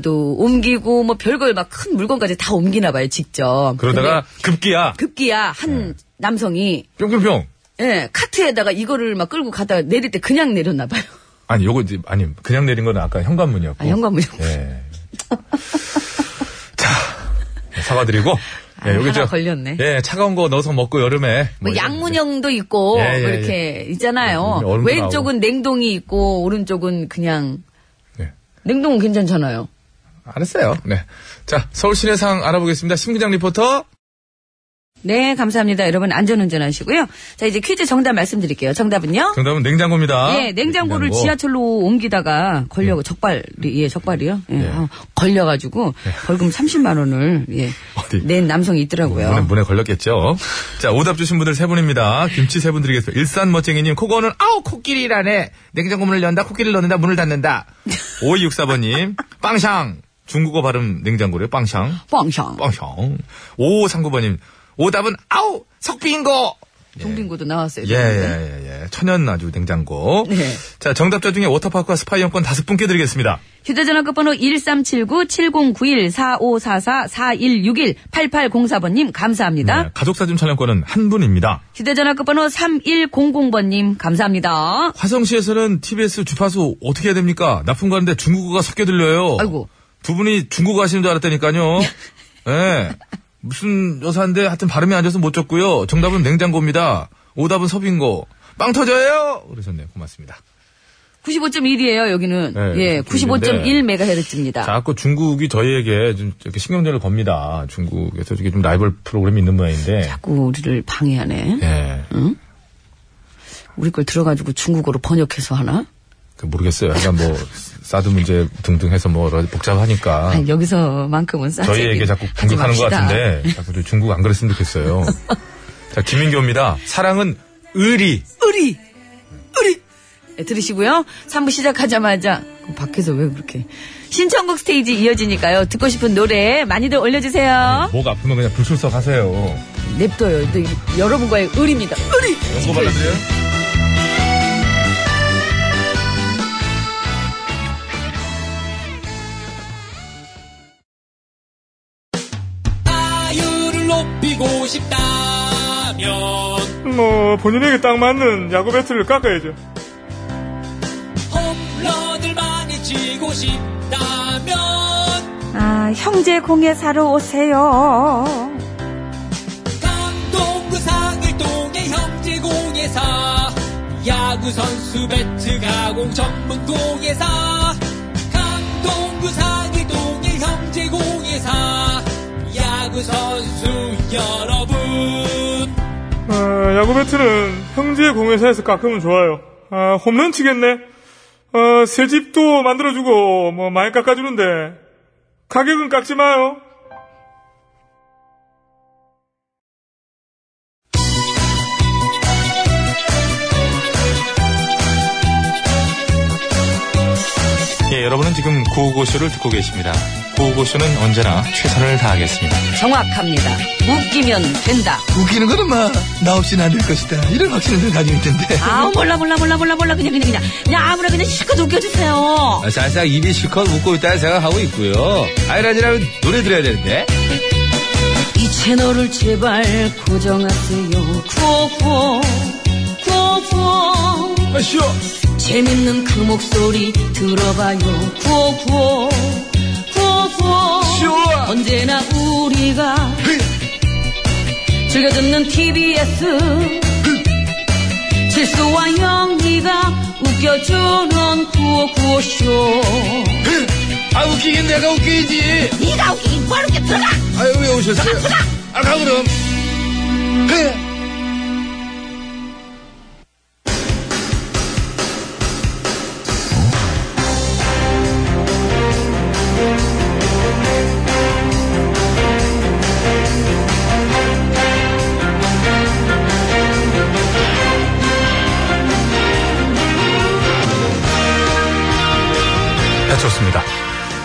B: 소파도 옮기고, 뭐, 별걸 막 큰 물건까지 다 옮기나 봐요, 직접.
A: 그러다가 급기야
B: 근데
A: 네.
B: 급기야, 한 남성이,
A: 뿅뿅뿅.
B: 예, 카트에다가 이거를 막 끌고 가다가 내릴 때 그냥 내렸나 봐요.
A: 아니 요거 이제 아니 그냥 내린 건 아까 현관문이었고.
B: 아, 현관문이었고.
A: 예. 자 사과드리고.
B: 아, 하나 걸렸네.
A: 예 차가운 거 넣어서 먹고 여름에.
B: 뭐,
A: 이런
B: 양문형도 있고,
A: 예, 예,
B: 뭐 이렇게 있잖아요.
A: 예, 얼음도
B: 왼쪽은 냉동이 있고, 오른쪽은 그냥,
A: 이제. 예.
B: 냉동은 괜찮잖아요.
A: 알았어요. 네. 자, 서울 시내상 알아보겠습니다. 심기장 리포터.
B: 네, 감사합니다. 여러분 안전운전 하시고요. 자, 이제 퀴즈 정답 말씀드릴게요. 정답은요?
A: 정답은 아? 냉장고입니다.
B: 예, 냉장고를 지하철로 옮기다가 걸려 적발 예, 적발이요. 예.
A: 예.
B: 아, 걸려 가지고 벌금 30만 원을 예.
A: 어디? 뭐.
B: 낸 남성이 있더라고요.
A: 문에, 문에 걸렸겠죠. 자, 오답 주신 분들 세 분입니다. 김치 세 분 드리겠습니다. 일산 멋쟁이님, 코고는, 아우, 코끼리라네. 냉장고 문을 연다, 코끼리를 넣는다, 문을 닫는다. 5264번님, 빵샹. 중국어 발음 냉장고래요, 빵샹.
B: 뻥샹.
A: 빵샹. 5539번님, 오답은, 아우, 석빙고!
B: 동빙고도 나왔어요.
A: 예, 예, 예, 예. 천연 아주 냉장고.
B: 네.
A: 자, 정답자 중에 워터파크와 스파 이용권 다섯 분께 드리겠습니다.
B: 휴대전화 끝번호 1379-7091-4544-4161-8804번님 감사합니다.
A: 네, 가족사진 촬영권은 한 분입니다.
B: 휴대전화 끝번호 3100번님 감사합니다.
A: 화성시에서는 TBS 주파수 어떻게 해야 됩니까? 납품 가는데 중국어가 섞여 들려요.
B: 아이고.
A: 두 분이 중국어 하시는 줄 알았다니까요. 예. 무슨 여사인데 하여튼 발음이 안 좋아서 못 줬고요. 정답은 냉장고입니다. 오답은 섭인고. 빵 터져요! 그러셨네요. 고맙습니다.
B: 95.1이에요, 여기는.
A: 네,
B: 예, 95.1MHz입니다.
A: 자꾸 그 중국이 저희에게 좀 이렇게 신경전을 겁니다. 중국에서 이게 좀 라이벌 프로그램이 있는 모양인데.
B: 자꾸 우리를 방해하네.
A: 예.
B: 우리 걸 들어가지고 중국어로 번역해서 하나?
A: 그 모르겠어요. 약간 뭐, 사드 문제 등등 해서 뭐, 여러 가지 복잡하니까.
B: 아니, 여기서만큼은 싸지.
A: 저희에게 자꾸
B: 하지
A: 공격하는 것
B: 맙시다.
A: 같은데 자꾸 좀 중국 안 그랬으면 좋겠어요. 자 김민교입니다. 사랑은 의리.
B: 의리! 의리! 네, 들으시고요. 3부 시작하자마자 그럼 밖에서 왜 그렇게 신청곡 스테이지 이어지니까요. 듣고 싶은 노래 많이들 올려주세요.
A: 목 아프면 그냥 불출석 하세요.
B: 냅둬요. 또 이- 여러분과의 의리입니다. 의리!
A: 이거 발라드려요?
F: 아유를 높이고 싶다면
J: 뭐 본인에게 딱 맞는 야구 배트를 깎아야죠.
F: 홈런을 많이 치고 싶다면
K: 아, 형제 공예 사러 오세요.
F: 강동구 상일동의 형제공예사 야구선수 배트 가공 전문공예사 강동구 상일동의 형제공예사 야구선수 여러분
J: 아, 야구 배트는 형제 공회사에서 깎으면 좋아요. 아, 홈런 치겠네. 아, 새 집도 만들어주고 뭐 많이 깎아주는데 가격은 깎지 마요.
A: 예, 여러분은 지금 구호고쇼를 듣고 계십니다. 구호고쇼는 언제나 최선을 다하겠습니다.
B: 정확합니다. 웃기면 된다.
I: 웃기는 거는 막나 없이는 안 될 것이다. 이런 확신을 늘 가지고 있던데.
B: 아 몰라 몰라 몰라 몰라 몰라 그냥 그냥 그냥 그냥 아무나 그냥 실컷 웃겨주세요.
C: 살짝 입이 실컷 웃고 있다는 생각하고 있고요. 아이라지라면 노래 들어야 되는데.
B: 이 채널을 제발 고정하세요. 구호구호 구호구호
C: 아, 쉬워.
B: 재밌는 그 목소리 들어봐요. 구호구호 구호구호 언제나 우리가 즐겨 듣는 TBS 실수와 영리가 웃겨주는 구호구호쇼.
C: 아, 웃기긴 내가 웃기지.
B: 네가 웃기긴 바로 게 들어가.
C: 아유, 왜 오셨어요? 아, 가, 그럼.
A: 네, 좋습니다.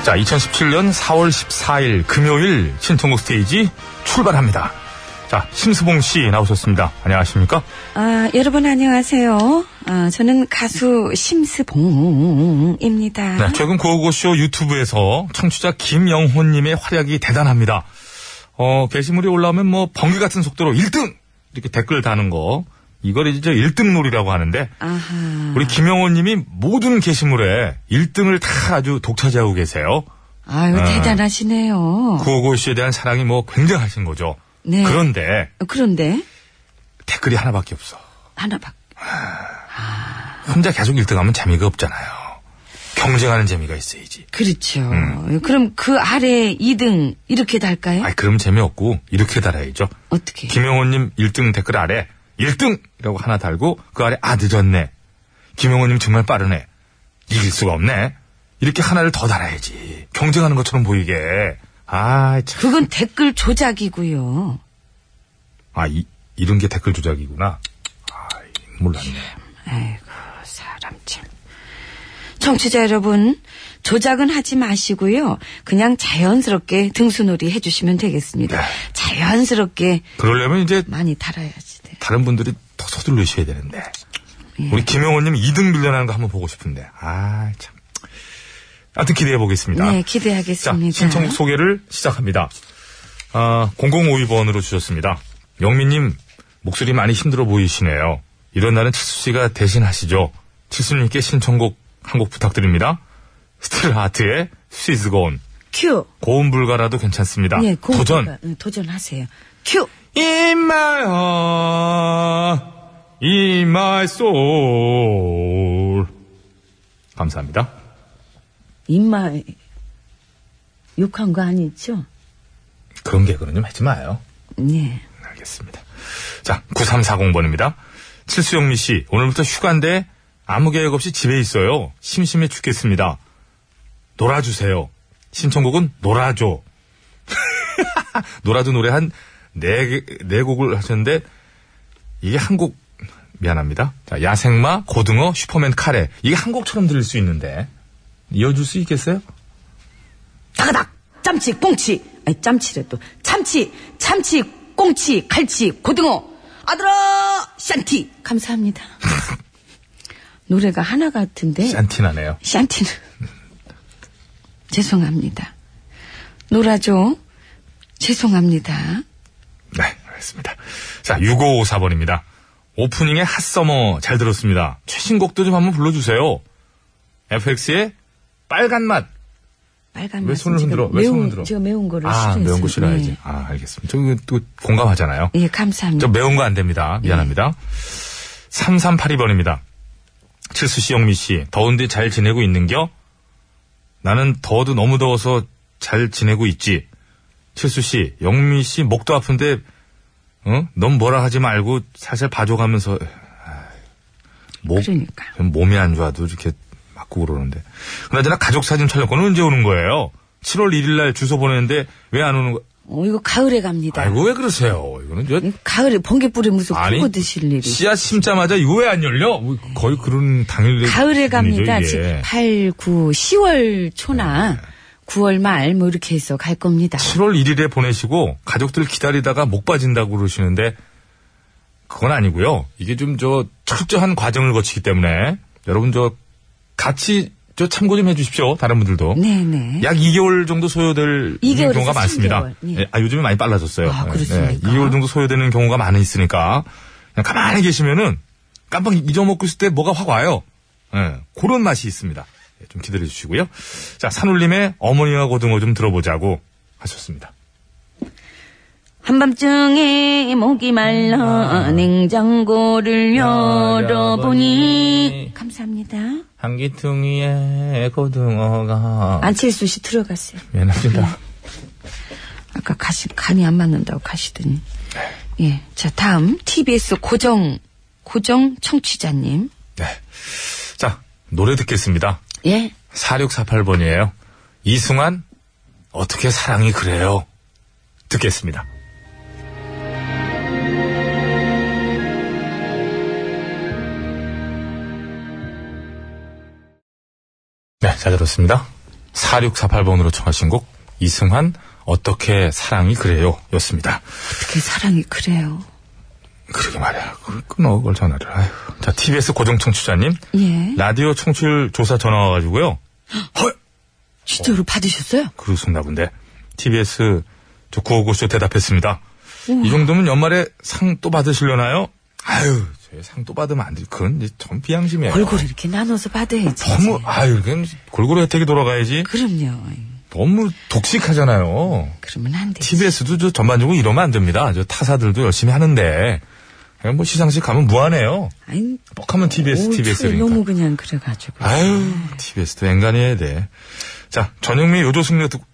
A: 자, 2017년 4월 14일 금요일 신청곡 스테이지 출발합니다. 자, 심수봉 씨 나오셨습니다. 안녕하십니까?
K: 아, 여러분 안녕하세요. 아, 저는 가수 심스봉입니다.
A: 네, 최근 고고쇼 유튜브에서 청취자 김영호님의 활약이 대단합니다. 어, 게시물이 올라오면 뭐 번개 같은 속도로 1등! 이렇게 댓글 다는 거. 이걸 이제 1등 놀이라고 하는데,
B: 아하.
A: 우리 김영호님이 모든 게시물에 1등을 다 아주 독차지하고 계세요.
B: 아유
A: 아.
B: 대단하시네요.
A: 고고쇼에 대한 사랑이 뭐 굉장하신 거죠.
B: 네.
A: 그런데
B: 그런데
A: 댓글이 하나밖에 없어.
B: 하나 밖.
A: 혼자 계속 1등하면 재미가 없잖아요. 경쟁하는 재미가 있어야지.
B: 그렇죠. 그럼 그 아래 2등 이렇게 달까요?
A: 음. 아이, 그럼 재미없고, 이렇게 달아야죠.
B: 어떻게?
A: 김영호님 1등 댓글 아래 1등이라고 하나 달고 그 아래 아 늦었네. 김영호님 정말 빠르네. 이길 수가 없네. 이렇게 하나를 더 달아야지. 경쟁하는 것처럼 보이게. 아 참.
B: 그건 댓글 조작이고요.
A: 아 이, 이런 게 댓글 조작이구나. 아 몰랐네.
B: 아이고 사람 참. 청취자 여러분 조작은 하지 마시고요. 그냥 자연스럽게 등수놀이 해주시면 되겠습니다.
A: 네.
B: 자연스럽게
A: 그러려면 이제
B: 많이 달아야지. 돼.
A: 다른 분들이 더 서둘러셔야 되는데. 우리 김영호님 2등 밀려나는 거 한번 보고 싶은데. 아 참. 아무튼 기대해 보겠습니다.
B: 네
A: 자,
B: 기대하겠습니다.
A: 신청 소개를 시작합니다. 아, 0052번으로 주셨습니다. 영민님, 목소리 많이 힘들어 보이시네요. 이런 날은 칠수 씨가 대신 하시죠. 칠수님께 신청곡 한 곡 부탁드립니다. 스틸 하트의 She's Gone.
B: 큐.
A: 고음 불가라도 괜찮습니다.
B: 예, 공-
A: 아, 도전.
B: 응, 도전하세요. 큐.
A: In my heart, in my soul. 감사합니다.
B: 입마 욕한 거 아니죠?
A: 그런 개그는 좀 하지 마요.
B: 네.
A: 알겠습니다. 자, 9340번입니다. 칠수영미 씨, 오늘부터 휴가인데 아무 계획 없이 집에 있어요. 심심해 죽겠습니다. 놀아주세요. 신청곡은 놀아줘. 놀아줘 노래 한 네, 개- 네 곡을 하셨는데 이게 한 곡, 미안합니다. 자, 야생마, 고등어, 슈퍼맨 카레. 이게 한 곡처럼 들릴 수 있는데 이어줄 수 있겠어요?
B: 다가닥 짬치 꽁치 아니 짬치래 또 참치 참치 꽁치 갈치 고등어 아들아 샨티 감사합니다 노래가 하나 같은데
A: 짠티나네요.
B: 샨티는 죄송합니다 놀아줘 죄송합니다
A: 네, 알겠습니다. 자, 6554번입니다. 오프닝의 핫서머 잘 들었습니다. 최신곡도 좀 한번 불러주세요. FX의 빨간 맛.
B: 빨간
A: 왜
B: 맛은
A: 손을
B: 제가
A: 흔들어? 왜
B: 매운,
A: 손을 흔들어?
B: 제가 매운 거를
A: 아,
B: 싫어해서
A: 매운 거 싫어야지. 아, 알겠습니다. 저또 공감하잖아요.
B: 예, 예, 감사합니다
A: 저 매운 거 안 됩니다.
B: 예.
A: 미안합니다. 3382번입니다. 칠수 씨, 영미 씨, 더운데 잘 지내고 있는겨? 나는 더워도 너무 더워서 잘 지내고 있지. 칠수 씨, 영미 씨, 목도 아픈데, 어? 넌 뭐라 하지 말고 살살 봐줘가면서, 아, 목,
B: 그러니까
A: 전 몸이 안 좋아도 이렇게 맞고 그러는데. 그나저나 가족 사진 촬영권은 언제 오는 거예요? 7월 1일 날 주소 보내는데 왜 안 오는 거?
B: 어, 이거 가을에 갑니다
A: 아이고 왜 그러세요? 이거는 저
B: 가을에 번개불에 무슨 코고 드실 일이
A: 씨앗 심자마자 이거 왜 안 열려? 뭐 거의 그런 당일
B: 가을에 갑니다.
A: 이게. 네,
B: 지금 8, 9, 10월 초나 9월 말 뭐 이렇게 해서 갈 겁니다.
A: 7월 1일에 보내시고 가족들 기다리다가 목 빠진다고 그러시는데 그건 아니고요. 이게 좀 저 철저한 과정을 거치기 때문에 여러분 저 같이 저 참고 좀 해주십시오. 다른 분들도
B: 네네.
A: 약 2개월 정도 소요될
B: 2개월에서
A: 경우가 많습니다.
B: 3개월, 예.
A: 예, 아, 요즘에 많이 빨라졌어요.
B: 아,
A: 예,
B: 그렇습니까?
A: 2개월 정도 소요되는 경우가 많이 있으니까 그냥 가만히 계시면은 깜빡 잊어먹고 있을 때 뭐가 확 와요. 예, 그런 맛이 있습니다. 예, 좀 기다려 주시고요. 자, 산울림의 어머니와 고등어 좀 들어보자고 하셨습니다.
B: 한밤중에 목이
A: 음,
B: 말라
A: 아.
B: 냉장고를 열어보니
A: 열어보니
B: 감사합니다.
A: 한기퉁이의 고등어가
B: 안칠수 씨 들어갔어요.
A: 미안합니다.
B: 아까 가시 간이 안 맞는다고 가시더니. 예. 자 다음 TBS 고정 고정 청취자님.
A: 네. 자, 노래 듣겠습니다.
B: 예.
A: 4648번이에요. 이승환, 어떻게 사랑이 그래요? 듣겠습니다. 네, 잘 들었습니다. 4648번으로 청하신 곡, 이승환, 어떻게 사랑이 그래요? 였습니다.
B: 어떻게 그 사랑이 그래요.
A: 그러게 말이야. 그걸 끊어, 그걸 전화를. 아휴. 자, TBS 고정 청취자님,
B: 예.
A: 라디오 청취율 조사 전화 와가지고요. 헐!
B: 진짜로 받으셨어요?
A: 네. 그러셨나 본데. TBS 저 구호고쇼 대답했습니다. 이 정도면 연말에 상 또 받으시려나요? 아유, 상 또 받으면 안 돼. 그건 이제 전 비양심이에요.
B: 골고루 이렇게 나눠서 받아야지.
A: 너무, 아유, 그건 골고루 혜택이 돌아가야지.
B: 그럼요.
A: 너무 독식하잖아요.
B: 그러면 안 되지.
A: TBS도 저 전반적으로 이러면 안 됩니다. 저 타사들도 열심히 하는데. 그냥 뭐 시상식 가면 무한해요.
B: 아니,
A: 뻑하면 TBS,
B: 올
A: TBS니까. 그러니까.
B: 초에 너무 그냥 그래가지고.
A: 아유, TBS도 앵간히 해야 돼. 자, 전영미 요조승려 듣고.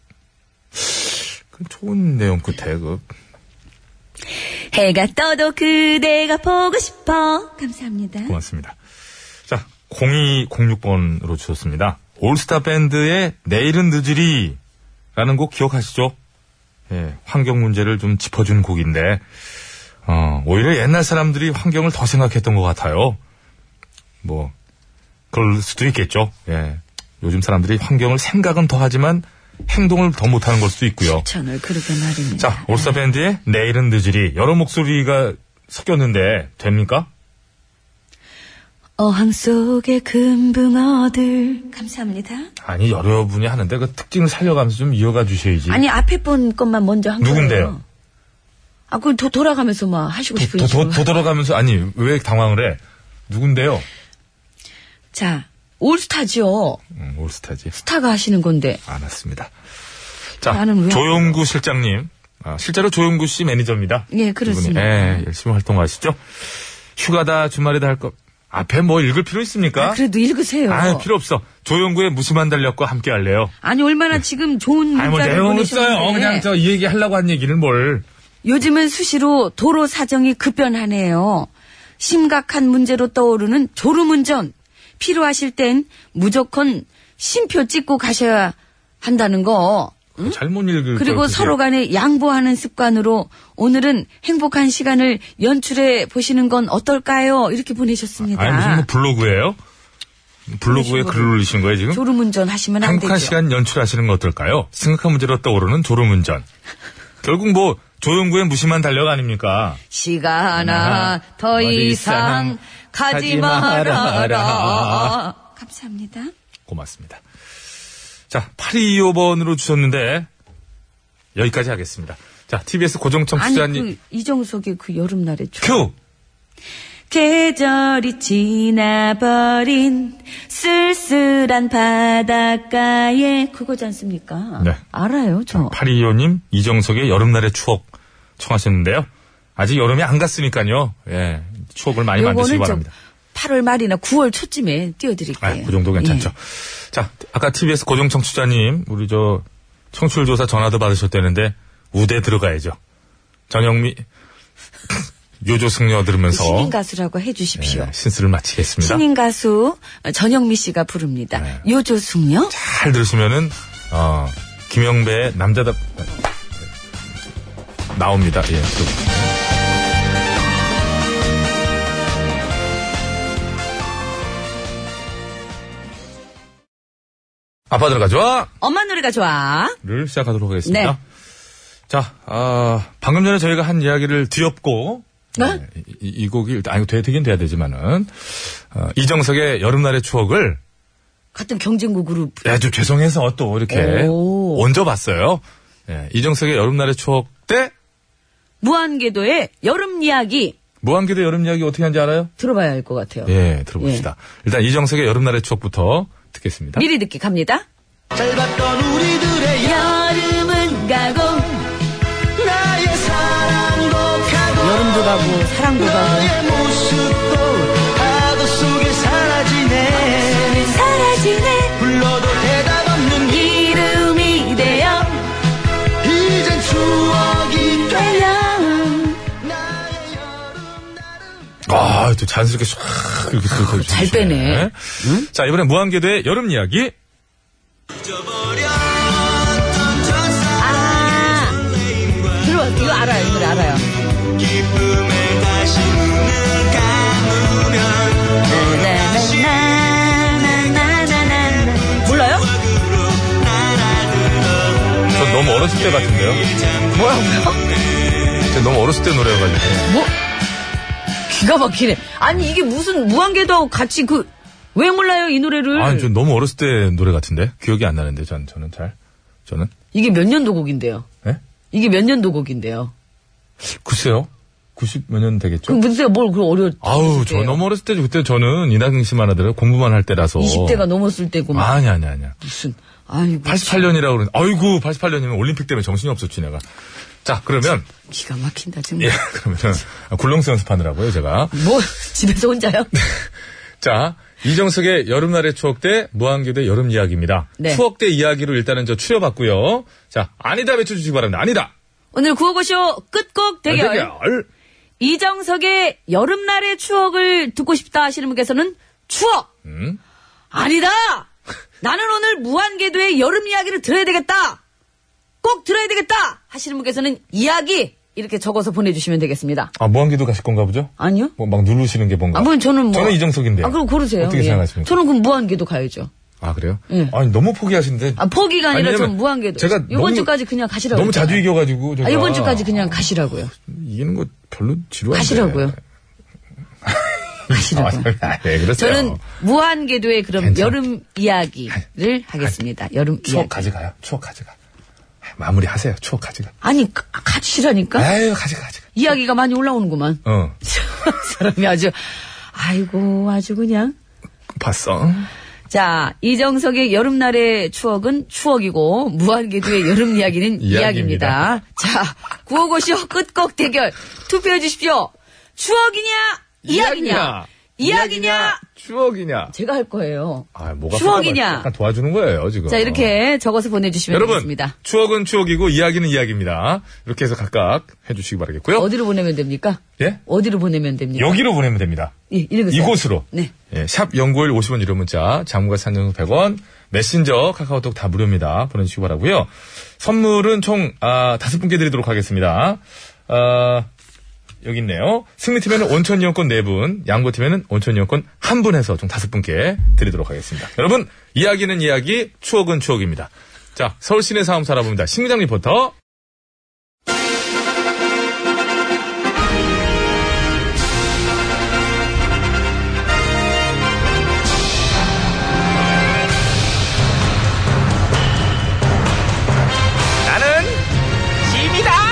A: 그 좋은 내용 끝에 그
K: 해가 떠도 그대가 보고 싶어. 감사합니다.
A: 고맙습니다. 자, 0206번으로 주셨습니다. 올스타 밴드의 내일은 늦으리 라는 곡 기억하시죠? 예, 환경 문제를 좀 짚어준 곡인데, 어, 오히려 옛날 사람들이 환경을 더 생각했던 것 같아요. 뭐, 그럴 수도 있겠죠. 예. 요즘 사람들이 환경을 생각은 더 하지만 행동을 더 못하는 걸 수도 있고요.
B: 천을 그러게 말입니다.
A: 자, 올스타 밴드의 내일은 늦으리. 여러 목소리가 섞였는데, 됩니까?
K: 어항 속의 금붕어들. 감사합니다.
A: 아니 여러분이 하는데 그 특징을 살려가면서 좀 이어가 주셔야지.
B: 아니, 앞에 본 것만 먼저 한
A: 누군데요?
B: 거예요. 아, 그걸 도- 돌아가면서 막 하시고
A: 도,
B: 싶으시죠.
A: 도, 도, 돌아가면서 아니 왜 당황을 해? 누군데요?
B: 자, 올스타지요.
A: 음, 올스타지.
B: 스타가 하시는 건데.
A: 알았습니다. 자
B: 나는 왜-
A: 조용구 실장님. 아, 실제로 조용구 씨 매니저입니다.
B: 예, 그렇습니다.
A: 이분이. 예, 열심히 활동하시죠. 휴가다 주말이다 할 거. 앞에 뭐 읽을 필요 있습니까?
B: 아, 그래도 읽으세요.
A: 아유, 필요 없어. 조용구의 무심한 달력과 함께 할래요.
B: 아니, 얼마나 지금 좋은
A: 아니 뭐
B: 문자를
A: 내용은 써요.
B: 보내셨는데
A: 그냥 저 이 얘기 하려고 한 얘기를 뭘.
B: 요즘은 수시로 도로 사정이 급변하네요. 심각한 문제로 떠오르는 졸음운전. 필요하실 땐 무조건 심표 찍고 가셔야 한다는 거.
A: 잘못 읽을
B: 그리고
A: 걸
B: 서로
A: 그렇죠, 그게.
B: 간에 양보하는 습관으로 오늘은 행복한 시간을 연출해 보시는 건 어떨까요? 이렇게 보내셨습니다.
A: 아니 무슨 뭐 블로그예요? 블로그에
B: 보내신 거를-
A: 글을 올리신 거예요 지금?
B: 졸음운전 하시면 안 되죠.
A: 행복한 시간 연출하시는 거 어떨까요? 심각한 문제로 떠오르는 졸음운전. 결국 뭐 조용구의 무심한 달력 아닙니까?
B: 시간 하나
A: 아,
B: 더
A: 어디
B: 이상
A: 이상
B: 가지
A: 가지
B: 말아라.
A: 말아라.
K: 감사합니다.
A: 고맙습니다. 자, 8225번으로 주셨는데 여기까지 하겠습니다. 자, TBS 고정
B: 아니
A: 청취자님
B: 그 이정석의 그 여름날에 춤.
A: 큐.
K: 계절이 지나버린 쓸쓸한 바닷가에
B: 그거지 않습니까?
A: 네.
B: 알아요, 저.
A: 8225님 이정석의 여름날의 추억 청하셨는데요. 아직 여름이 안 갔으니까요. 예, 추억을 많이 만드시기
B: 요거는 좀
A: 바랍니다.
B: 8월 말이나 9월 초쯤에
A: 아,
B: 띄워드릴게요. 예.
A: 그 정도 괜찮죠. 자, 아까 TBS 고정 청취자님, 우리 저 청출 조사 전화도 받으셨다는데 우대 들어가야죠. 전영미 요조승려
B: 예.
A: 들으면서
B: 신인 가수라고 해주십시오.
A: 네, 신스를 마치겠습니다.
B: 신인 가수 전영미 씨가 부릅니다.
A: 네.
B: 요조숙녀.
A: 잘 들으시면은 어, 김영배의 남자답 나옵니다. 예. 또. 아빠 들어가 좋아.
B: 엄마 노래가 좋아.
A: 를 시작하도록 하겠습니다.
B: 네.
A: 자, 아, 방금 전에 저희가 한 이야기를 뒤엎고
B: 네?
A: 네, 이, 이- 이 곡이 일단 아니 되, 되긴 돼야 되지만은 어, 이정석의 여름날의 추억을
B: 같은 경쟁국으로
A: 예, 좀 죄송해서 또 이렇게
B: 오.
A: 얹어봤어요. 예, 이정석의 여름날의 추억 때
B: 무한궤도의 여름 이야기
A: 무한기도 여름 이야기 어떻게 하는지 알아요?
B: 들어봐야 할 것 같아요.
A: 예, 들어봅시다. 일단 이정석의 여름날의 추억부터 듣겠습니다.
B: 미리 듣기 갑니다.
F: 짧았던 우리들의
B: 여름은 가고
F: 나의 사랑도 가고
B: 여름도 가고 사랑도 가고
F: 나의 모습도 파도 속에 사라지네
B: 사라지네
F: 불러도 대답 없는 이
B: 이름이 되어
F: 이젠 추억이 돼
A: 아, 또 자연스럽게 샥 이렇게 들고
B: 아, 잘 빼네.
A: 자, 이번에 무한궤도의 여름 이야기
B: 아 들어 이거 알아요 이 노래 알아요. 네, 나나나나나나나나. 네, 몰라요?
A: 전 너무 어렸을 때 같은데요. 뭐야? 저 너무 어렸을 때 노래여가지고.
B: 뭐 기가 막히네. 아니 이게 무슨 무한궤도하고 같이 그 왜 몰라요 이 노래를?
A: 아니, 저 너무 어렸을 때 노래 같은데? 기억이 안 나는데, 전, 저는 잘. 저는?
B: 이게 몇 년도 곡인데요?
A: 예?
B: 이게 몇 년도 곡인데요?
A: 글쎄요. 90 몇 년 되겠죠?
B: 그럼 문제가 뭘 그럼 어려
A: 아우, 저 너무 어렸을 때죠. 그때 저는 이낙영 씨만 하더라도 공부만 할 때라서.
B: 20대가 넘었을 때고 막
A: 아니, 아니, 아니야.
B: 무슨 아이고
A: 88년이라고 그러는데, 아이고, 88년이면 올림픽 때문에 정신이 없었지, 내가. 자, 그러면,
B: 기가 막힌다 정말.
A: 예, 그러면은, 굴렁쇠 연습하느라고요, 제가.
B: 뭐 집에서 혼자요?
A: 네. 자, 이정석의 여름날의 추억 대 무한교대 여름 이야기입니다.
B: 네.
A: 추억 대 이야기로 일단은 저 추려봤고요. 자, 아니다 외쳐주시기 바랍니다. 아니다!
B: 오늘 구호고쇼 끝곡 대결.
A: 아, 대결!
B: 이정석의 여름날의 추억을 듣고 싶다 하시는 분께서는 추억.
A: 음?
B: 아니다. 나는 오늘 무한궤도의 여름 이야기를 들어야 되겠다. 꼭 들어야 되겠다 하시는 분께서는 이야기 이렇게 적어서 보내주시면 되겠습니다.
A: 아, 무한교도 가실 건가 보죠?
B: 아니요?
A: 뭐 막 누르시는 게 뭔가.
B: 아, 뭐 저는 뭐
A: 저는 이정석인데.
B: 아, 그럼 고르세요.
A: 어떻게
B: 예.
A: 생각하십니까?
B: 저는 그럼 무한궤도 가야죠.
A: 아, 그래요?
B: 예.
A: 아니, 너무 포기하시는데.
B: 아, 포기가 아니라
A: 아니,
B: 전
A: 왜냐면
B: 무한궤도.
A: 제가
B: 이번
A: 너무-
B: 주까지 그냥 가시라고.
A: 너무 자주
B: 했잖아요.
A: 이겨가지고. 네. 제가
B: 아, 이번 주까지 그냥 가시라고요.
A: 이기는 거 별로 지루한데.
B: 가시라고요. 가시라고요.
A: 네. 아, 예, 그렇죠.
B: 저는 무한궤도의 그럼
A: 괜찮아.
B: 여름 이야기를 하겠습니다. 여름
A: 추억
B: 이야기.
A: 가져가요. 추억 가져가. 아, 마무리하세요. 추억 가져가.
B: 아니 그, 가- 가시라니까
A: 아유, 가져가, 가져가.
B: 이야기가 많이 올라오는구만.
A: 어,
B: 사람이 아주 아이고 아주 그냥
A: 봤어.
B: 자 이정석의 여름날의 추억은 추억이고 무한궤도의 여름 이야기는 이야기입니다.
A: 이야기입니다.
B: 자 구호고쇼 끝곡 대결 투표해 주십시오. 추억이냐 이야기냐 이야기냐
A: 추억이냐.
B: 제가 할 거예요.
A: 아, 뭐가
B: 추억이냐?
A: 약간 도와주는 거예요, 지금.
B: 자 이렇게 적어서 보내주시면
A: 여러분,
B: 되겠습니다.
A: 추억은 추억이고 이야기는 이야기입니다. 이렇게 해서 각각 해주시기 바라겠고요.
B: 어디로 보내면 됩니까?
A: 예?
B: 어디로 보내면 됩니까?
A: 여기로 보내면 됩니다.
B: 예, 읽으세요.
A: 이곳으로.
B: 네.
A: 예, 샵 연구일 50원 유료 문자, 장무가 산정 100원, 메신저, 카카오톡 다 무료입니다. 보내주시기 바라고요 선물은 총, 아, 다섯 분께 드리도록 하겠습니다. 아, 여기 있네요. 승리팀에는 온천 이용권 네분 양보팀에는 온천 이용권 한 분 해서 총 다섯 분께 드리도록 하겠습니다. 여러분, 이야기는 이야기, 추억은 추억입니다. 자, 서울 시내 사업 살아봅니다. 신기장 리포터.
C: 나는 짐이다.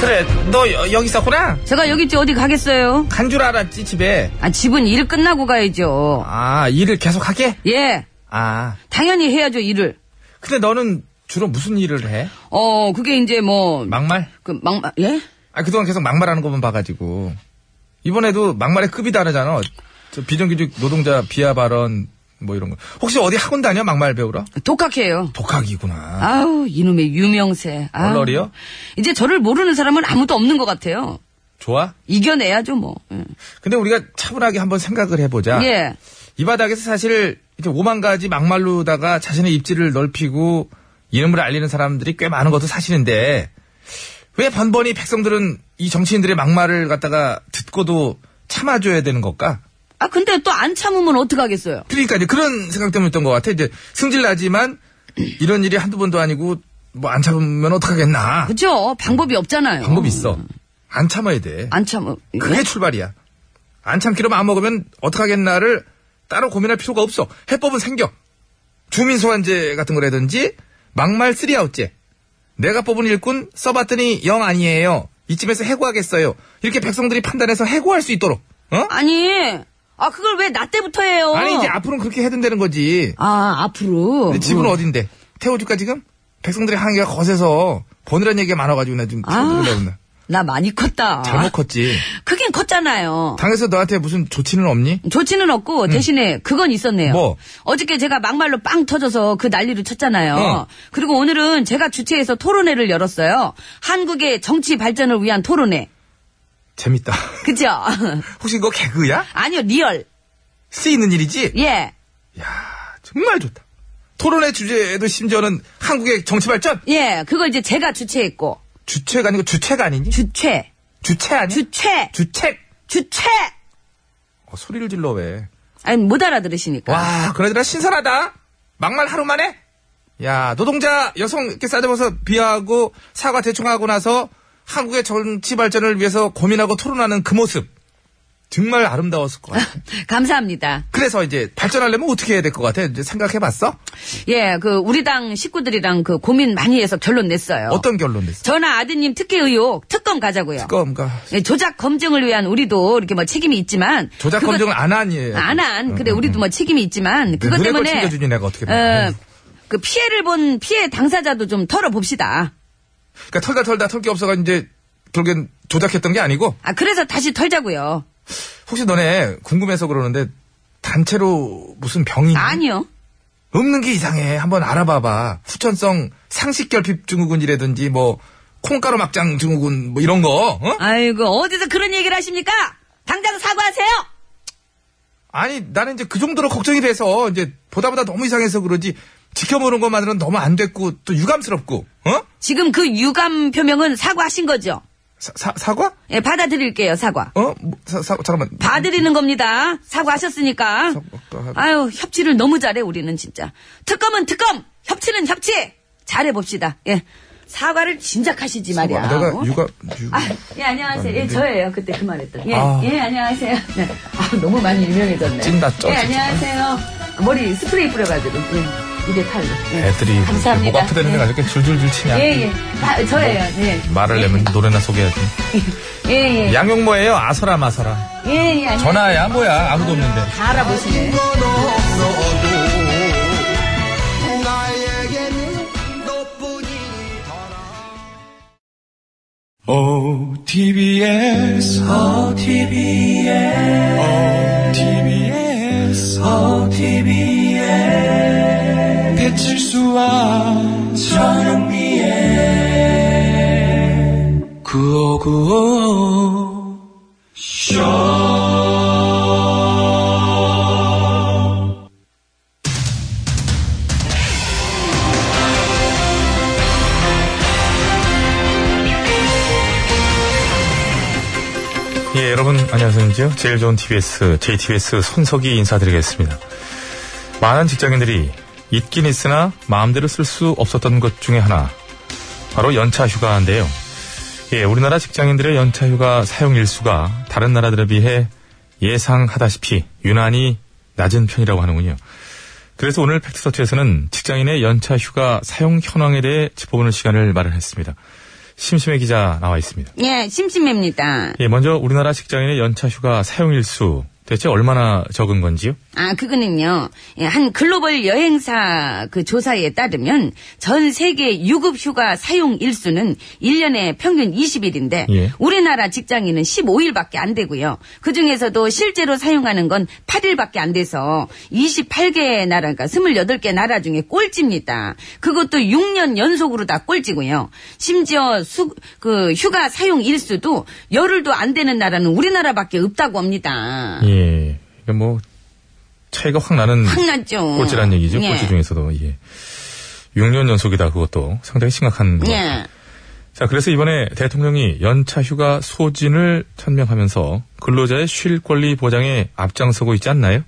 C: 그래, 너 여, 여기 있었구나?
B: 제가 여기 있지 어디 가겠어요?
C: 간 줄 알았지, 집에.
B: 아, 집은 일 끝나고 가야죠.
C: 아, 일을 계속 하게?
B: 예,
C: 아,
B: 당연히 해야죠, 일을.
C: 근데 너는 주로 무슨 일을 해?
B: 어, 그게 이제 뭐,
C: 막말?
B: 그, 막, 막- 예?
C: 아, 그동안 계속 막말하는 것만 봐가지고. 이번에도 막말의 급이 다르잖아. 저 비정규직 노동자 비하 발언, 뭐 이런 거. 혹시 어디 학원 다녀? 막말 배우러?
B: 독학해요.
C: 독학이구나.
B: 아우, 이놈의 유명세. 아우.
C: 얼얼이요?
B: 이제 저를 모르는 사람은 아무도 없는 것 같아요.
C: 좋아?
B: 이겨내야죠, 뭐. 예.
C: 근데 우리가 차분하게 한번 생각을 해보자.
B: 예.
C: 이 바닥에서 사실 이렇게 오만 가지 막말로다가 자신의 입지를 넓히고 이름을 알리는 사람들이 꽤 많은 것도 사실인데 왜 번번이 백성들은 이 정치인들의 막말을 갖다가 듣고도 참아줘야 되는 걸까?
B: 아, 근데 또 안 참으면 어떡하겠어요?
C: 그러니까 이제 그런 생각 때문에 했던 것 같아. 이제 승질나지만 이런 일이 한두 번도 아니고 뭐 안 참으면 어떡하겠나.
B: 그죠? 방법이 없잖아요.
C: 방법이 있어. 안 참아야 돼.
B: 안 참으.
C: 그게 출발이야. 안 참기로 마음먹으면 어떡하겠나를 따로 고민할 필요가 없어. 해법은 생겨. 주민소환제 같은 거라든지 막말 쓰리아웃제. 내가 뽑은 일꾼 써봤더니 영 아니에요. 이쯤에서 해고하겠어요. 이렇게 백성들이 판단해서 해고할 수 있도록. 어?
B: 아니, 아, 그걸 왜 나 때부터 해요?
C: 아니 이제 앞으로는 그렇게 해야 된다는 거지.
B: 아, 앞으로.
C: 근데 집은
B: 어.
C: 어딘데? 그 태워줄까 지금? 백성들의 항의가 거세서 버느란 얘기가 많아가지고 나 지금
B: 아,
C: 태워주려고 아.
B: 나 많이 컸다.
C: 잘못 컸지.
B: 그게 컸잖아요.
C: 당에서 너한테 무슨 조치는 없니?
B: 조치는 없고 대신에 그건 있었네요.
C: 음. 뭐?
B: 어저께 제가 막말로 빵 터져서 그 난리를 쳤잖아요.
C: 어.
B: 그리고 오늘은 제가 주최해서 토론회를 열었어요. 한국의 정치 발전을 위한 토론회.
C: 재밌다.
B: 그죠?
C: 혹시 그거 개그야?
B: 아니요, 리얼.
C: 쓰이는 일이지?
B: 예.
C: 정말 좋다. 토론의 주제에도 심지어는 한국의 정치 발전?
B: 예. 그걸 이제 제가 주최했고.
C: 주체가 아니고 주책 아니니?
B: 주최.
C: 주, 체 아니?
B: 주최.
C: 주책!
B: 주최.
C: 어, 소리를 질러 왜.
B: 아니, 못 알아들으시니까.
C: 와, 그러더라 신선하다. 막말 하루 만에? 야, 노동자 여성 이렇게 싸잡아서 비하하고 사과 대충하고 나서 한국의 정치 발전을 위해서 고민하고 토론하는 그 모습. 정말 아름다웠을 것 같아.
B: 감사합니다.
C: 그래서 이제 발전하려면 어떻게 해야 될 것 같아? 이제 생각해봤어?
B: 예, 그 우리 당 식구들이랑 그 고민 많이 해서 결론 냈어요.
C: 어떤 결론 냈어?
B: 전화 아드님 특혜 의혹 특검 가자고요.
C: 그건가?
B: 예, 조작 검증을 위한 우리도 이렇게 뭐 책임이 있지만
C: 조작
B: 그거-
C: 검증을 안 음, 하니.
B: 안 한. 근데 우리도 뭐 책임이 있지만 그것
C: 네, 눈에 걸
B: 때문에
C: 챙겨주니 내가 어떻게
B: 어,
C: 보면.
B: 그 피해를 본 피해 당사자도 좀 털어봅시다.
C: 그러니까 털다 털다 털 게 없어가 이제 결국엔 조작했던 게 아니고
B: 아 그래서 다시 털자고요.
C: 혹시 너네 궁금해서 그러는데 단체로 무슨 병이 있니?
B: 아니요.
C: 없는 게 이상해. 한번 알아봐봐. 후천성 상식결핍 증후군이라든지 뭐 콩가루 막장 증후군 뭐 이런 거. 어?
B: 아이고 어디서 그런 얘기를 하십니까? 당장 사과하세요.
C: 아니 나는 이제 그 정도로 걱정이 돼서 이제 보다 보다 너무 이상해서 그러지 지켜보는 것만으로는 너무 안 됐고 또 유감스럽고 어?
B: 지금 그 유감 표명은 사과하신 거죠?
C: 사, 사, 사과?
B: 예, 받아들일게요 사과.
C: 어? 뭐, 사, 사, 잠깐만.
B: 봐드리는 겁니다. 사과하셨으니까.
C: 사과가-
B: 아유, 협치를 너무 잘해, 우리는 진짜. 특검은 특검! 협치는 협치! 잘해봅시다. 예. 사과를 진작하시지 말이야.
C: 뭐 내가
B: 어?
C: 유감 유...
B: 아, 예, 안녕하세요. 예, 저예요. 그때 그 말했던. 예,
C: 아.
B: 예, 안녕하세요. 네. 아, 너무 많이 유명해졌네.
C: 찐났죠,
B: 예,
C: 진짜.
B: 안녕하세요. 머리 스프레이 뿌려가지고. 예, 입에 팔로. 예.
A: 애들이 뭐
B: 감사합니다.
A: 목 아프다는 데 가지고 이렇게 줄줄줄 치냐.
B: 예, 예. 아, 저예요. 예.
A: 말을 내면 노래나 소개하지.
B: 예, 예.
A: 양용모예요. 아서라 마서라.
B: 예, 예. 안녕.
A: 전화야 뭐야 아무도 없는데.
B: 다 알아보시네.
F: OTBS, OTBS, OTBS, OTBS. 배칠수와 저녁미에 9595.
A: 예, 여러분 안녕하세요. 제일 좋은 TBS, JTBS 손석희 인사드리겠습니다. 많은 직장인들이 있긴 있으나 마음대로 쓸 수 없었던 것 중에 하나 바로 연차 휴가인데요. 예, 우리나라 직장인들의 연차 휴가 사용 일수가 다른 나라들에 비해 예상하다시피 유난히 낮은 편이라고 하는군요. 그래서 오늘 팩트서치에서는 직장인의 연차 휴가 사용 현황에 대해 짚어보는 시간을 마련했습니다. 심심해 기자 나와 있습니다.
B: 예, 심심합니다.
A: 예, 먼저 우리나라 직장인의 연차 휴가 사용일 수 대체 얼마나 적은 건지요?
B: 아, 그거는요. 예, 한 글로벌 여행사 그 조사에 따르면 전 세계 유급 휴가 사용 일수는 1년에 평균 20일인데
A: 예.
B: 우리나라 직장인은 15일밖에 안 되고요. 그중에서도 실제로 사용하는 건 8일밖에 안 돼서 28개 나라 그러니까 28개 나라 중에 꼴찌입니다. 그것도 6년 연속으로 다 꼴찌고요. 심지어 수, 그 휴가 사용 일수도 열흘도 안 되는 나라는 우리나라밖에 없다고 합니다.
A: 예. 이게 뭐 차이가 확 나는
B: 확 났죠.
A: 꼴찌란 얘기죠.
B: 예.
A: 꼴찌 중에서도 예. 6년 연속이다 그것도 상당히 심각한 거.
B: 예.
A: 자, 그래서 이번에 대통령이 연차 휴가 소진을 천명하면서 근로자의 쉴 권리 보장에 앞장서고 있지 않나요?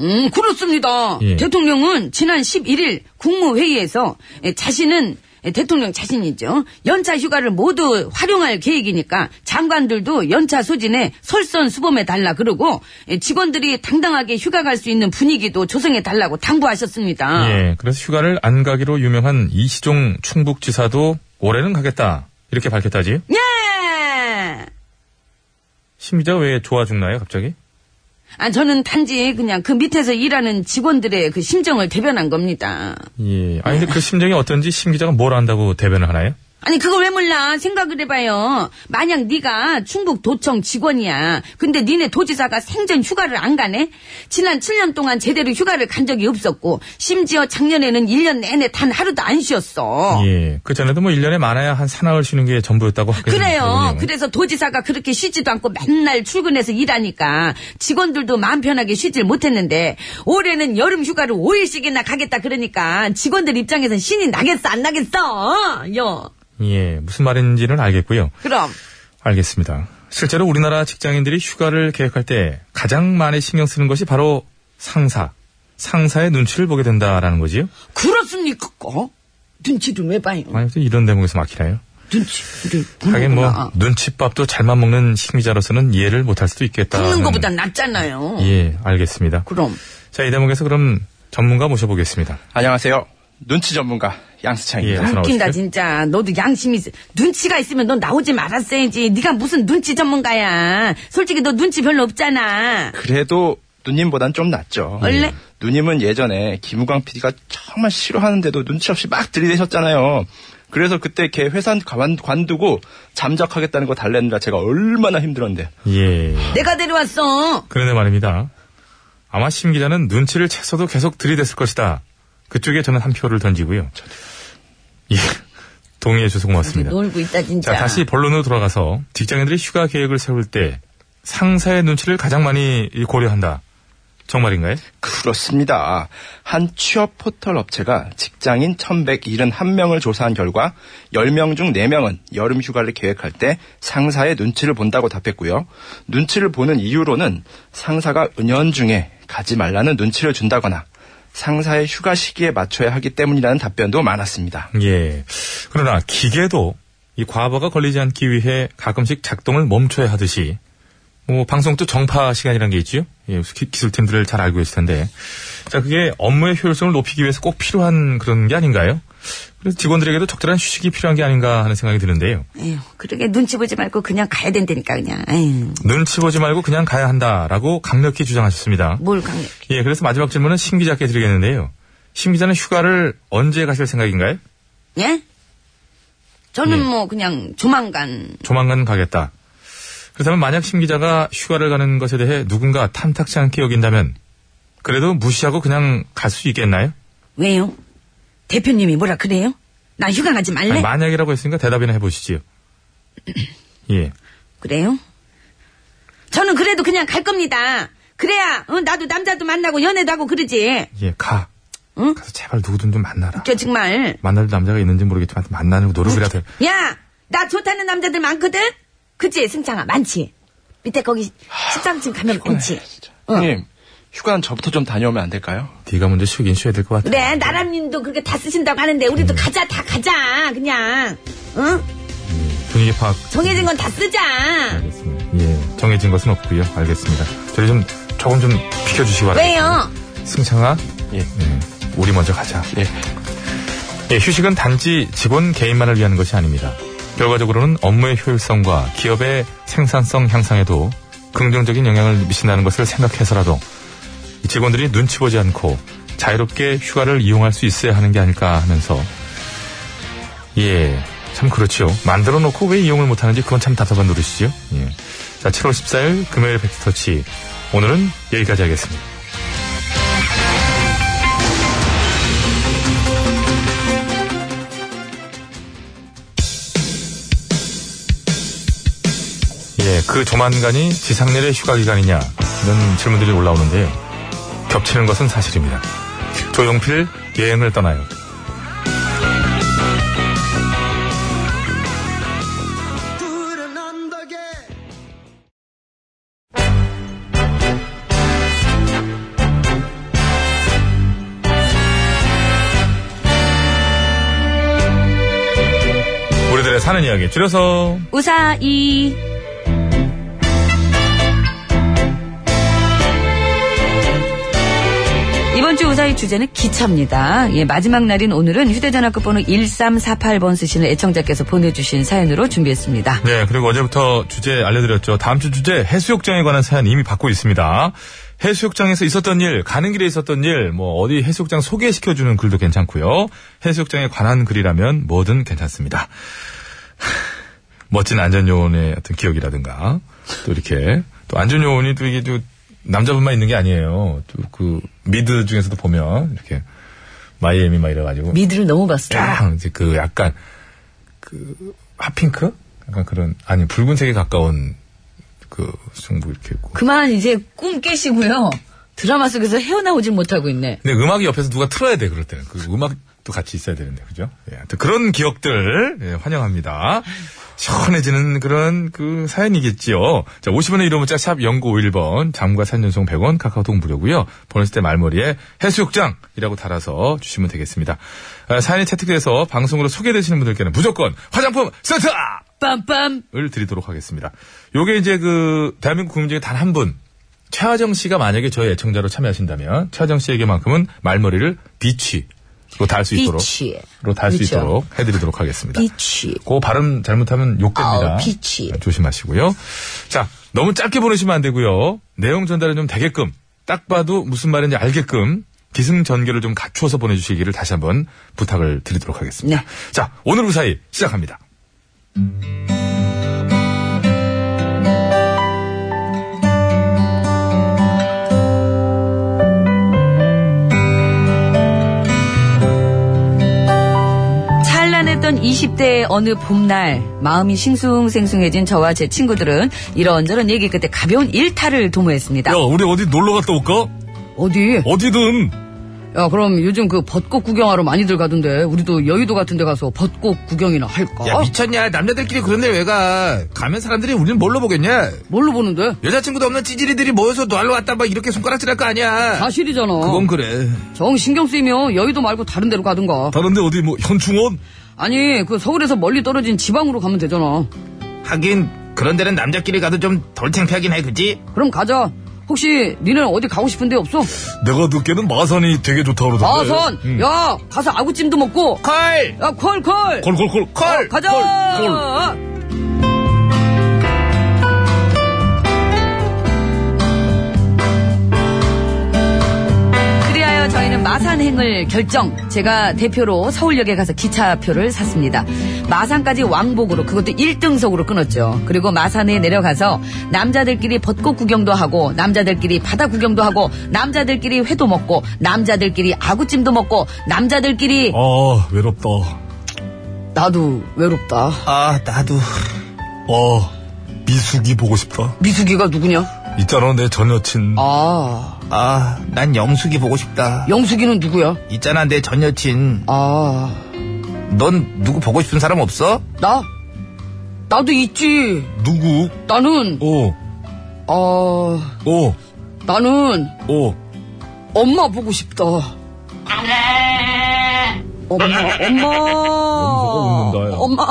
B: 음, 그렇습니다.
A: 예.
B: 대통령은 지난 11일 국무회의에서 자신은 대통령 자신이죠. 연차 휴가를 모두 활용할 계획이니까 장관들도 연차 소진에 설선수범해 달라 그러고 직원들이 당당하게 휴가 갈 수 있는 분위기도 조성해 달라고 당부하셨습니다.
A: 예. 그래서 휴가를 안 가기로 유명한 이시종 충북지사도 올해는 가겠다. 이렇게 밝혔다지요?
B: 예!
A: 심지어 왜 좋아 죽나요, 갑자기?
B: 아, 저는 단지 그냥 그 밑에서 일하는 직원들의 그 심정을 대변한 겁니다.
A: 예. 아니, 근데 그 심정이 어떤지 심 기자가 뭘 안다고 대변을 하나요?
B: 아니 그걸 왜 몰라 생각을 해봐요 만약 네가 충북 도청 직원이야 근데 니네 도지사가 생전 휴가를 안 가네 지난 7년 동안 제대로 휴가를 간 적이 없었고 심지어 작년에는 1년 내내 단 하루도 안 쉬었어
A: 예. 그 전에도 뭐 1년에 많아야 한 사나흘 쉬는 게 전부였다고 하거든요.
B: 그래요 그래서 도지사가 그렇게 쉬지도 않고 맨날 출근해서 일하니까 직원들도 마음 편하게 쉬질 못했는데 올해는 여름 휴가를 5일씩이나 가겠다 그러니까 직원들 입장에선 신이 나겠어 안 나겠어 요
A: 예. 무슨 말인지는 알겠고요.
B: 그럼
A: 알겠습니다. 실제로 우리나라 직장인들이 휴가를 계획할 때 가장 많이 신경 쓰는 것이 바로 상사. 상사의 눈치를 보게 된다라는 거지요.
B: 그렇습니까? 어? 눈치를 왜 봐요?
A: 아니, 또 이런 대목에서 막히나요?
B: 눈치를
A: 하긴 뭐
B: 보는구나.
A: 눈칫밥도 잘만 먹는 식미자로서는 이해를 못할 수도 있겠다.
B: 굽는 거보단 낫잖아요.
A: 예, 알겠습니다.
B: 그럼.
A: 자, 이 대목에서 그럼 전문가 모셔보겠습니다.
H: 안녕하세요. 눈치 전문가
A: 예,
H: 양수창입니다.
A: 어서
B: 네, 웃긴다
A: 나오십시오.
B: 진짜 너도 양심이 있어 눈치가 있으면 넌 나오지 말았어야지 네가 무슨 눈치 전문가야 솔직히 너 눈치 별로 없잖아
H: 그래도 누님보단 좀 낫죠.
B: 원래?
H: 누님은 예전에 김우광 PD가 정말 싫어하는데도 눈치 없이 막 들이대셨잖아요. 그래서 그때 걔 회사 관, 관두고 잠적하겠다는 거 달래느라 제가 얼마나 힘들었는데.
A: 예.
B: 내가 데려왔어
A: 그런데 말입니다. 아마 심 기자는 눈치를 챘어도 계속 들이댔을 것이다. 그쪽에 저는 한 표를 던지고요. 예. 동의해 주셔서 고맙습니다.
B: 놀고 있다 진짜
A: 자, 다시 본론으로 돌아가서 직장인들이 휴가 계획을 세울 때 상사의 눈치를 가장 많이 고려한다. 정말인가요?
H: 그렇습니다. 한 취업 포털 업체가 직장인 1171명을 조사한 결과 10명 중 4명은 여름 휴가를 계획할 때 상사의 눈치를 본다고 답했고요. 눈치를 보는 이유로는 상사가 은연중에 가지 말라는 눈치를 준다거나 상사의 휴가 시기에 맞춰야 하기 때문이라는 답변도 많았습니다.
A: 예. 그러나 기계도 이 과부하가 걸리지 않기 위해 가끔씩 작동을 멈춰야 하듯이 뭐 방송 또 정파 시간이라는 게 있지요. 예, 기- 기술팀들을 잘 알고 계실 텐데. 자, 그게 업무의 효율성을 높이기 위해서 꼭 필요한 그런 게 아닌가요? 그래서 직원들에게도 적절한 휴식이 필요한 게 아닌가 하는 생각이 드는데요.
B: 에휴, 그러게 눈치 보지 말고 그냥 가야 된다니까 그냥 에휴,
A: 눈치 보지 말고 그냥 가야 한다라고 강력히 주장하셨습니다.
B: 뭘 강력
A: 예, 그래서 마지막 질문은 심 기자께 드리겠는데요. 심 기자는 휴가를 언제 가실 생각인가요?
B: 예? 저는
A: 예.
B: 뭐 그냥 조만간
A: 조만간 가겠다. 그렇다면 만약 심 기자가 휴가를 가는 것에 대해 누군가 탐탁치 않게 여긴다면 그래도 무시하고 그냥 갈 수 있겠나요?
B: 왜요? 대표님이 뭐라 그래요? 나 휴가 가지 말래?
A: 아니, 만약이라고 했으니까 대답이나 해보시지요. 예.
B: 그래요? 저는 그래도 그냥 갈 겁니다. 그래야 어, 나도 남자도 만나고 연애도 하고 그러지.
A: 예, 가.
B: 응?
A: 가서 제발 누구든 좀 만나라.
B: 저 정말
A: 만날 남자가 있는지 모르겠지만 만나는 노력이라도 해.
B: 야, 나 좋다는 남자들 많거든? 그치, 승창아, 많지? 밑에 거기 식당집 가면 많지?
H: 형님, 네. 예. 휴가는 저부터 좀 다녀오면 안 될까요?
A: 네가 먼저 쉬긴 쉬어야 될 것 같아.
B: 그래, 나람님도 그렇게 다 쓰신다고 하는데, 우리도 가자, 다 가자, 그냥. 응?
A: 분위기 파악.
B: 네. 정해진 건 다 쓰자.
A: 알겠습니다. 예, 정해진 것은 없고요. 알겠습니다. 저희 좀 조금 좀 비켜주시기 바랍니다.
B: 왜요?
A: 승창아,
H: 예.
A: 예, 우리 먼저 가자.
H: 예.
A: 예, 휴식은 단지 직원 개인만을 위한 것이 아닙니다. 결과적으로는 업무의 효율성과 기업의 생산성 향상에도 긍정적인 영향을 미친다는 것을 생각해서라도 이 직원들이 눈치 보지 않고 자유롭게 휴가를 이용할 수 있어야 하는 게 아닐까 하면서 예, 참 그렇죠. 만들어 놓고 왜 이용을 못 하는지 그건 참 답답한 노릇이죠. 예. 자, 7월 14일 금요일 백스터치 오늘은 여기까지 하겠습니다. 예, 그 조만간이 지상렬의 휴가 기간이냐 이런 질문들이 올라오는데요. 겹치는 것은 사실입니다. 조용필 여행을 떠나요. 우리들의 사는 이야기 줄여서
B: 우사이. 이번 주 우사의 주제는 기차입니다. 예, 마지막 날인 오늘은 휴대전화 끝번호 1348번 쓰시는 애청자께서 보내주신 사연으로 준비했습니다.
A: 네, 그리고 어제부터 주제 알려드렸죠. 다음 주 주제 해수욕장에 관한 사연 이미 받고 있습니다. 해수욕장에서 있었던 일, 가는 길에 있었던 일, 뭐 어디 해수욕장 소개시켜주는 글도 괜찮고요. 해수욕장에 관한 글이라면 뭐든 괜찮습니다. 멋진 안전요원의 어떤 기억이라든가 또 이렇게 또 안전요원이 또 이게 또 남자분만 있는 게 아니에요. 또 그 미드 중에서도 보면 이렇게 마이애미 막 이래가지고
B: 미드를 너무 봤어요.
A: 쫙 이제 그 약간 그 핫핑크 약간 그런 아니 붉은색에 가까운 그 정부 이렇게 있고
B: 그만 이제 꿈 깨시고요. 드라마 속에서 헤어나오질 못하고 있네.
A: 근데 음악이 옆에서 누가 틀어야 돼 그럴 때는 그 음악도 같이 있어야 되는데 그죠? 예, 하여튼 그런 기억들 예, 환영합니다. 시원해지는 그런 그 사연이겠지요. 자, 50원의 이름 문자 샵 0951번, 장과 산연송 100원, 카카오톡 무료고요 보냈을 때 말머리에 해수욕장이라고 달아서 주시면 되겠습니다. 아, 사연이 채택돼서 방송으로 소개되시는 분들께는 무조건 화장품 세트!
C: 빰빰.
A: 을 드리도록 하겠습니다. 요게 이제 그 대한민국 국민 중에 단 한 분. 최하정 씨가 만약에 저희 애청자로 참여하신다면 최하정 씨에게만큼은 말머리를 비치로 달 수 있도록
C: 비치.
A: 로 달 수
C: 그렇죠.
A: 있도록 해드리도록 하겠습니다.
C: 비치.
A: 그 발음 잘못하면 욕됩니다. 네,
C: 아우, 비치.
A: 조심하시고요. 자, 너무 짧게 보내시면 안 되고요. 내용 전달은 좀 되게끔 딱 봐도 무슨 말인지 알게끔 기승전결을 좀 갖추어서 보내주시기를 다시 한번 부탁을 드리도록 하겠습니다.
C: 네.
A: 자, 오늘 그 우사히 시작합니다.
C: 찬란했던 20대의 어느 봄날 마음이 싱숭생숭해진 저와 제 친구들은 이런저런 얘기 끝에 가벼운 일탈을 도모했습니다.
A: 우리 어디 놀러 갔다 올까?
C: 어디?
A: 어디든.
C: 야 그럼 요즘 그 벚꽃 구경하러 많이들 가던데 우리도 여의도 같은 데 가서 벚꽃 구경이나
B: 어.
C: 할까?
I: 야 미쳤냐 남자들끼리 그런 데를 왜 가? 가면 사람들이 우리를 뭘로 보겠냐?
C: 뭘로 보는데?
I: 여자친구도 없는 찌질이들이 모여서 놀러 왔다 막 이렇게 손가락질 할 거 아니야
C: 사실이잖아.
I: 그건 그래
C: 정 신경 쓰이면 여의도 말고 다른 데로 가든가.
A: 다른데 어디 뭐 현충원?
C: 아니 그 서울에서 멀리 떨어진 지방으로 가면 되잖아.
I: 하긴 그런 데는 남자끼리 가도 좀 덜 창피하긴 해 그지?
C: 그럼 가자. 혹시 니네는 어디 가고 싶은 데 없어?
A: 내가 듣기에는 마산이 되게 좋다고 그러던데.
C: 마선.
A: 음.
C: 야 가서 아구찜도 먹고.
I: 컬!
C: 야 콜콜.
A: 콜콜콜
C: 어, 가자.
A: 콜, 콜.
C: 그리하여 저희는 마산행을 결정. 제가 대표로 서울역에 가서 기차표를 샀습니다. 마산까지 왕복으로 그것도 1등석으로 끊었죠. 그리고 마산에 내려가서 남자들끼리 벚꽃 구경도 하고 남자들끼리 바다 구경도 하고 남자들끼리 회도 먹고 남자들끼리 아구찜도 먹고 남자들끼리
I: 어.
A: 아 외롭다.
C: 나도 외롭다.
I: 아 나도
A: 아 미숙이 보고 싶다.
C: 미숙이가 누구냐?
A: 있잖아 내 전 여친.
I: 어,
C: 아
I: 아 난 영숙이 보고 싶다
C: 영숙이는 누구야?
I: 있잖아 내 전 여친
C: 아,
I: 넌 누구 보고 싶은 사람 없어?
C: 나? 나도 있지.
A: 누구?
C: 나는,
A: 어,
C: 어,
A: 어,
C: 나는
A: 어.
C: 엄마 보고 싶다. 엄마, 엄마.
A: 웃는다, 야.
C: 엄마.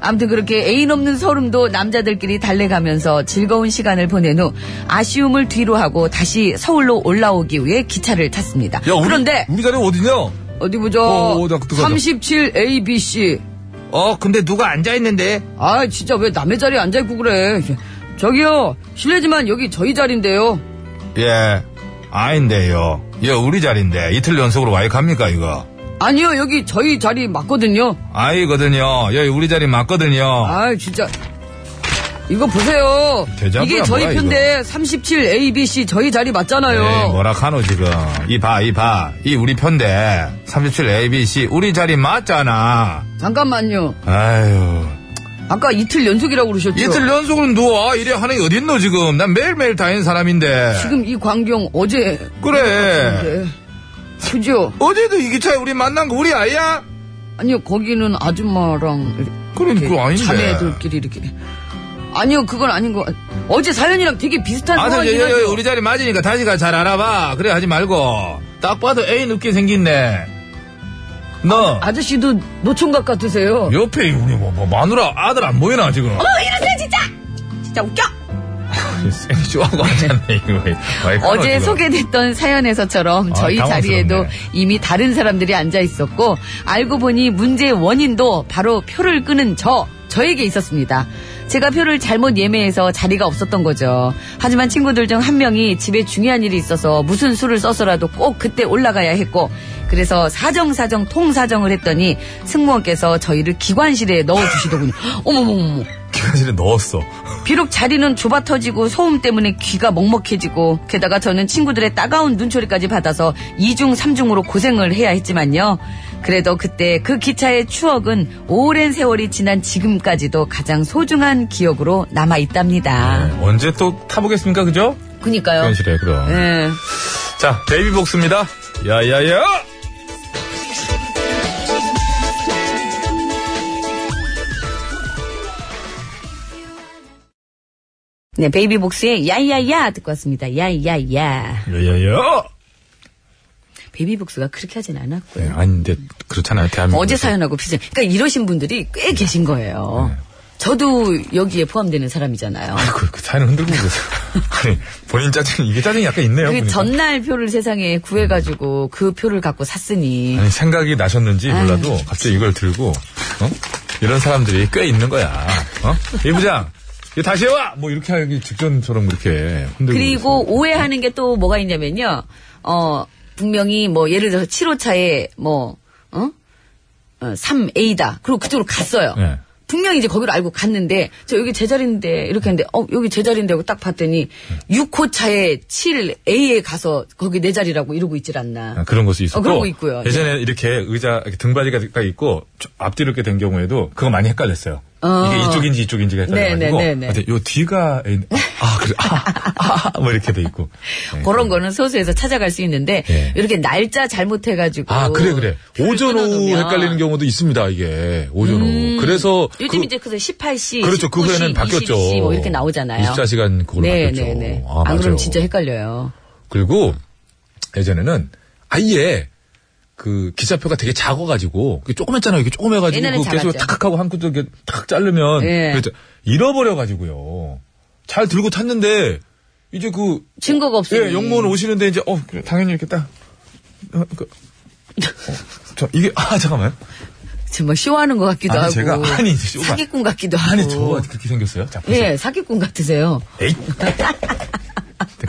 C: 아무튼 그렇게 애인 없는 서름도 남자들끼리 달래가면서 즐거운 시간을 보낸 후 아쉬움을 뒤로 하고 다시 서울로 올라오기 위해 기차를 탔습니다.
A: 야, 우리,
C: 그런데
A: 우리 자리 어디냐?
C: 어디 보자.
A: 어, 어, 나 들어가자.
C: 37ABC.
I: 어 근데 누가 앉아있는데
C: 아 진짜 왜 남의 자리에 앉아있고 그래 저기요 실례지만 여기 저희 자리인데요
I: 예 아닌데요 예 우리 자리인데 이틀 연속으로 와이 갑니까 이거
C: 아니요 여기 저희 자리 맞거든요
I: 아이거든요 여기 우리 자리 맞거든요
C: 아 진짜 이거 보세요
I: 대자보야,
C: 이게 저희
I: 뭐야,
C: 편데 37ABC 저희 자리 맞잖아요
I: 에이, 뭐라 카노 지금 이 봐 이 봐 이 우리 편데 37ABC 우리 자리 맞잖아
C: 잠깐만요
I: 아유
C: 아까 이틀 연속이라고 그러셨죠
I: 이틀 연속으로 누워 아, 이래 하는 게 어딨노 지금 난 매일매일 다니는 사람인데
C: 지금 이 광경 어제
I: 그래
C: 네. 그죠
I: 어제도 이 기차에 우리 만난 거 우리 아이야?
C: 아니요 거기는 아줌마랑 이렇게
I: 그럼 그거 아닌데
C: 자매들끼리 이렇게 아니요 그건 아닌 거 어제 사연이랑 되게 비슷한
I: 아저
C: 상황이긴
I: 여여
C: 하죠.
I: 예, 우리 자리 맞으니까 다시 가 잘 알아봐 그래 하지 말고 딱 봐도 애인 웃게 생겼네 너
C: 아저씨도 아. 노총각 같으세요.
I: 옆에 우리 뭐, 뭐 마누라 아들 안 보이나 지금
C: 어, 진짜 웃겨.
I: 생쇼하고 하잖아 이거 와이 카노,
C: 어제
I: 지금.
C: 소개됐던 사연에서처럼 저희
I: 네, 아, 당황스럽네.
C: 자리에도 이미 다른 사람들이 앉아 있었고 알고 보니 문제의 원인도 바로 표를 끄는 저 저에게 있었습니다. 제가 표를 잘못 예매해서 자리가 없었던 거죠. 하지만 친구들 중 한 명이 집에 중요한 일이 있어서 무슨 수를 써서라도 꼭 그때 올라가야 했고 그래서 사정사정 통사정을 했더니 승무원께서 저희를 기관실에 넣어주시더군요. 어머머머머.
A: 기관실에 넣었어.
C: 비록 자리는 좁아 터지고 소음 때문에 귀가 먹먹해지고 게다가 저는 친구들의 따가운 눈초리까지 받아서 이중삼중으로 고생을 해야 했지만요. 그래도 그때 그 기차의 추억은 오랜 세월이 지난 지금까지도 가장 소중한 기억으로 남아 어. 있답니다.
A: 네, 언제 또 타보겠습니까, 그죠?
C: 그니까요.
A: 기관실에 그럼.
C: 예.
A: 자, 데이비 복스입니다. 야야야!
C: 네, 베이비복스의 야야야 듣고 왔습니다. 야야야.
A: 야야야!
C: 베이비복스가 그렇게 하진 않았고요.
A: 네, 아닌데, 그렇잖아요. 대한민국.
C: 어제 사연하고 비슷해. 그러니까 이러신 분들이 꽤 계신 거예요. 저도 여기에 포함되는 사람이잖아요.
A: 그, 그 사연을 흔들고 계세요. 아니, 본인 짜증, 이게 짜증이 약간 있네요.
C: 그
A: 보니까.
C: 전날 표를 세상에 구해가지고 그 표를 갖고 샀으니.
A: 아니, 생각이 나셨는지
C: 아유. 네.
A: 몰라도 갑자기 이걸 들고, 어? 이런 사람들이 꽤 있는 거야. 어? 이 부장! 이거 다시 해와! 뭐 이렇게 하기 직전처럼 이렇게 흔들고.
C: 그리고 오해하는 게 또 뭐가 있냐면요. 어, 분명히 뭐 예를 들어서 7호차에 뭐, 어? 어, 3A다. 그리고 그쪽으로 갔어요.
A: 네.
C: 분명히 이제 거기로 알고 갔는데, 저 여기 제자리인데, 이렇게 했는데, 어, 여기 제자리인데 하고 딱 봤더니, 6호차에 7A에 가서 거기 내 자리라고 이러고 있질 않나.
A: 아, 그런 것이 있었고
C: 어, 그런 거 있고요.
A: 예전에 이렇게 의자 이렇게 등받이가 있고 쭉 앞뒤로 이렇게 된 경우에도 그거 많이 헷갈렸어요.
C: 어.
A: 이게 이쪽인지 이쪽인지가 헷갈려가지고
C: 네, 네, 네, 네.
A: 하여튼 요 뒤가 에 있는- 아, 아 그래 아뭐 이렇게 돼 있고 네.
C: 그런 거는 소수에서 찾아갈 수 있는데,
A: 예.
C: 이렇게 날짜 잘못해가지고.
A: 아 그래 그래
C: 표를
A: 오전 오후
C: 끊어놓으면 음.
A: 헷갈리는 경우도 있습니다 이게 오전 오후 그래서
C: 요즘
A: 그-
C: 이제 그래서 18시,
A: 그렇죠 그
C: 19시,
A: 후에는 바뀌었죠
C: 20시 뭐 이렇게 나오잖아요.
A: 24시간 그걸로 바뀌었죠
C: 네네네.
A: 아,
C: 안
A: 맞아요.
C: 그러면 진짜 헷갈려요.
A: 그리고 예전에는 아예 그 기차표가 되게 작아가지고 그게 조그맣잖아요. 이게 조그매가지고
C: 옛날엔
A: 그 계속
C: 작았죠.
A: 탁하고 한 구도 이렇게 탁 자르면
C: 예.
A: 그랬죠. 잃어버려가지고요. 잘 들고 탔는데 이제 그
C: 증거가 없어요.
A: 예, 영무원 오시는데 이제 어 그래, 당연히 이렇게 딱 어, 그, 어, 저 이게 아 잠깐만
C: 정말 뭐 쇼하는 것 같기도
A: 아니, 제가-
C: 하고.
A: 아니, 이제 쇼가-
C: 사기꾼 같기도 하고.
A: 아니 저 그렇게 생겼어요. 자, 보세요.
C: 예, 사기꾼 같으세요.
A: 에이.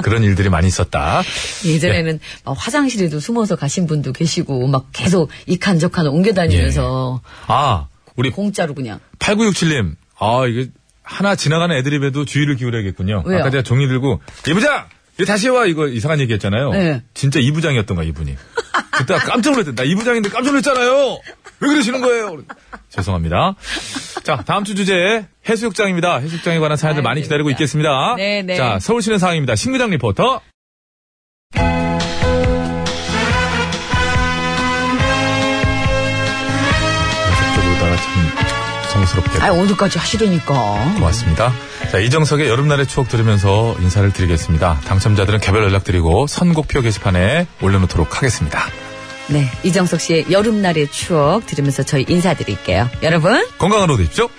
A: 그런 일들이 많이 있었다.
C: 네. 예전에는 막 화장실에도 숨어서 가신 분도 계시고, 막 계속 이칸저칸 옮겨다니면서
A: 아 우리
C: 공짜로 그냥.
A: 8967님. 아, 이게 하나 지나가는 애드립에도 주의를 기울여야겠군요.
C: 왜요?
A: 아까 제가 종이 들고 이부장! 이거 다시 해와 이거 이상한 얘기 했잖아요.
C: 네.
A: 진짜 이부장이었던가 이분이. 그때 깜짝 놀랐대. 나 이부장인데 깜짝 놀랐잖아요. 왜 그러시는 거예요? 죄송합니다. 자, 다음 주 주제 해수욕장입니다. 해수욕장에 관한 사연들
C: 아유,
A: 많이 기다리고
C: 재밌다.
A: 있겠습니다.
C: 네, 네.
A: 자, 서울시내 상황입니다. 신규장 리포터. 네. 쪽으로다가 참 성스럽게.
C: 아, 오늘까지 하시려니까.
A: 고맙습니다. 자, 이정석의 여름날의 추억 들으면서 인사를 드리겠습니다. 당첨자들은 개별 연락드리고 선곡표 게시판에 올려놓도록 하겠습니다.
C: 네, 이정석 씨의 여름날의 추억 들으면서 저희 인사드릴게요. 여러분.
A: 건강한 오후 되십시오.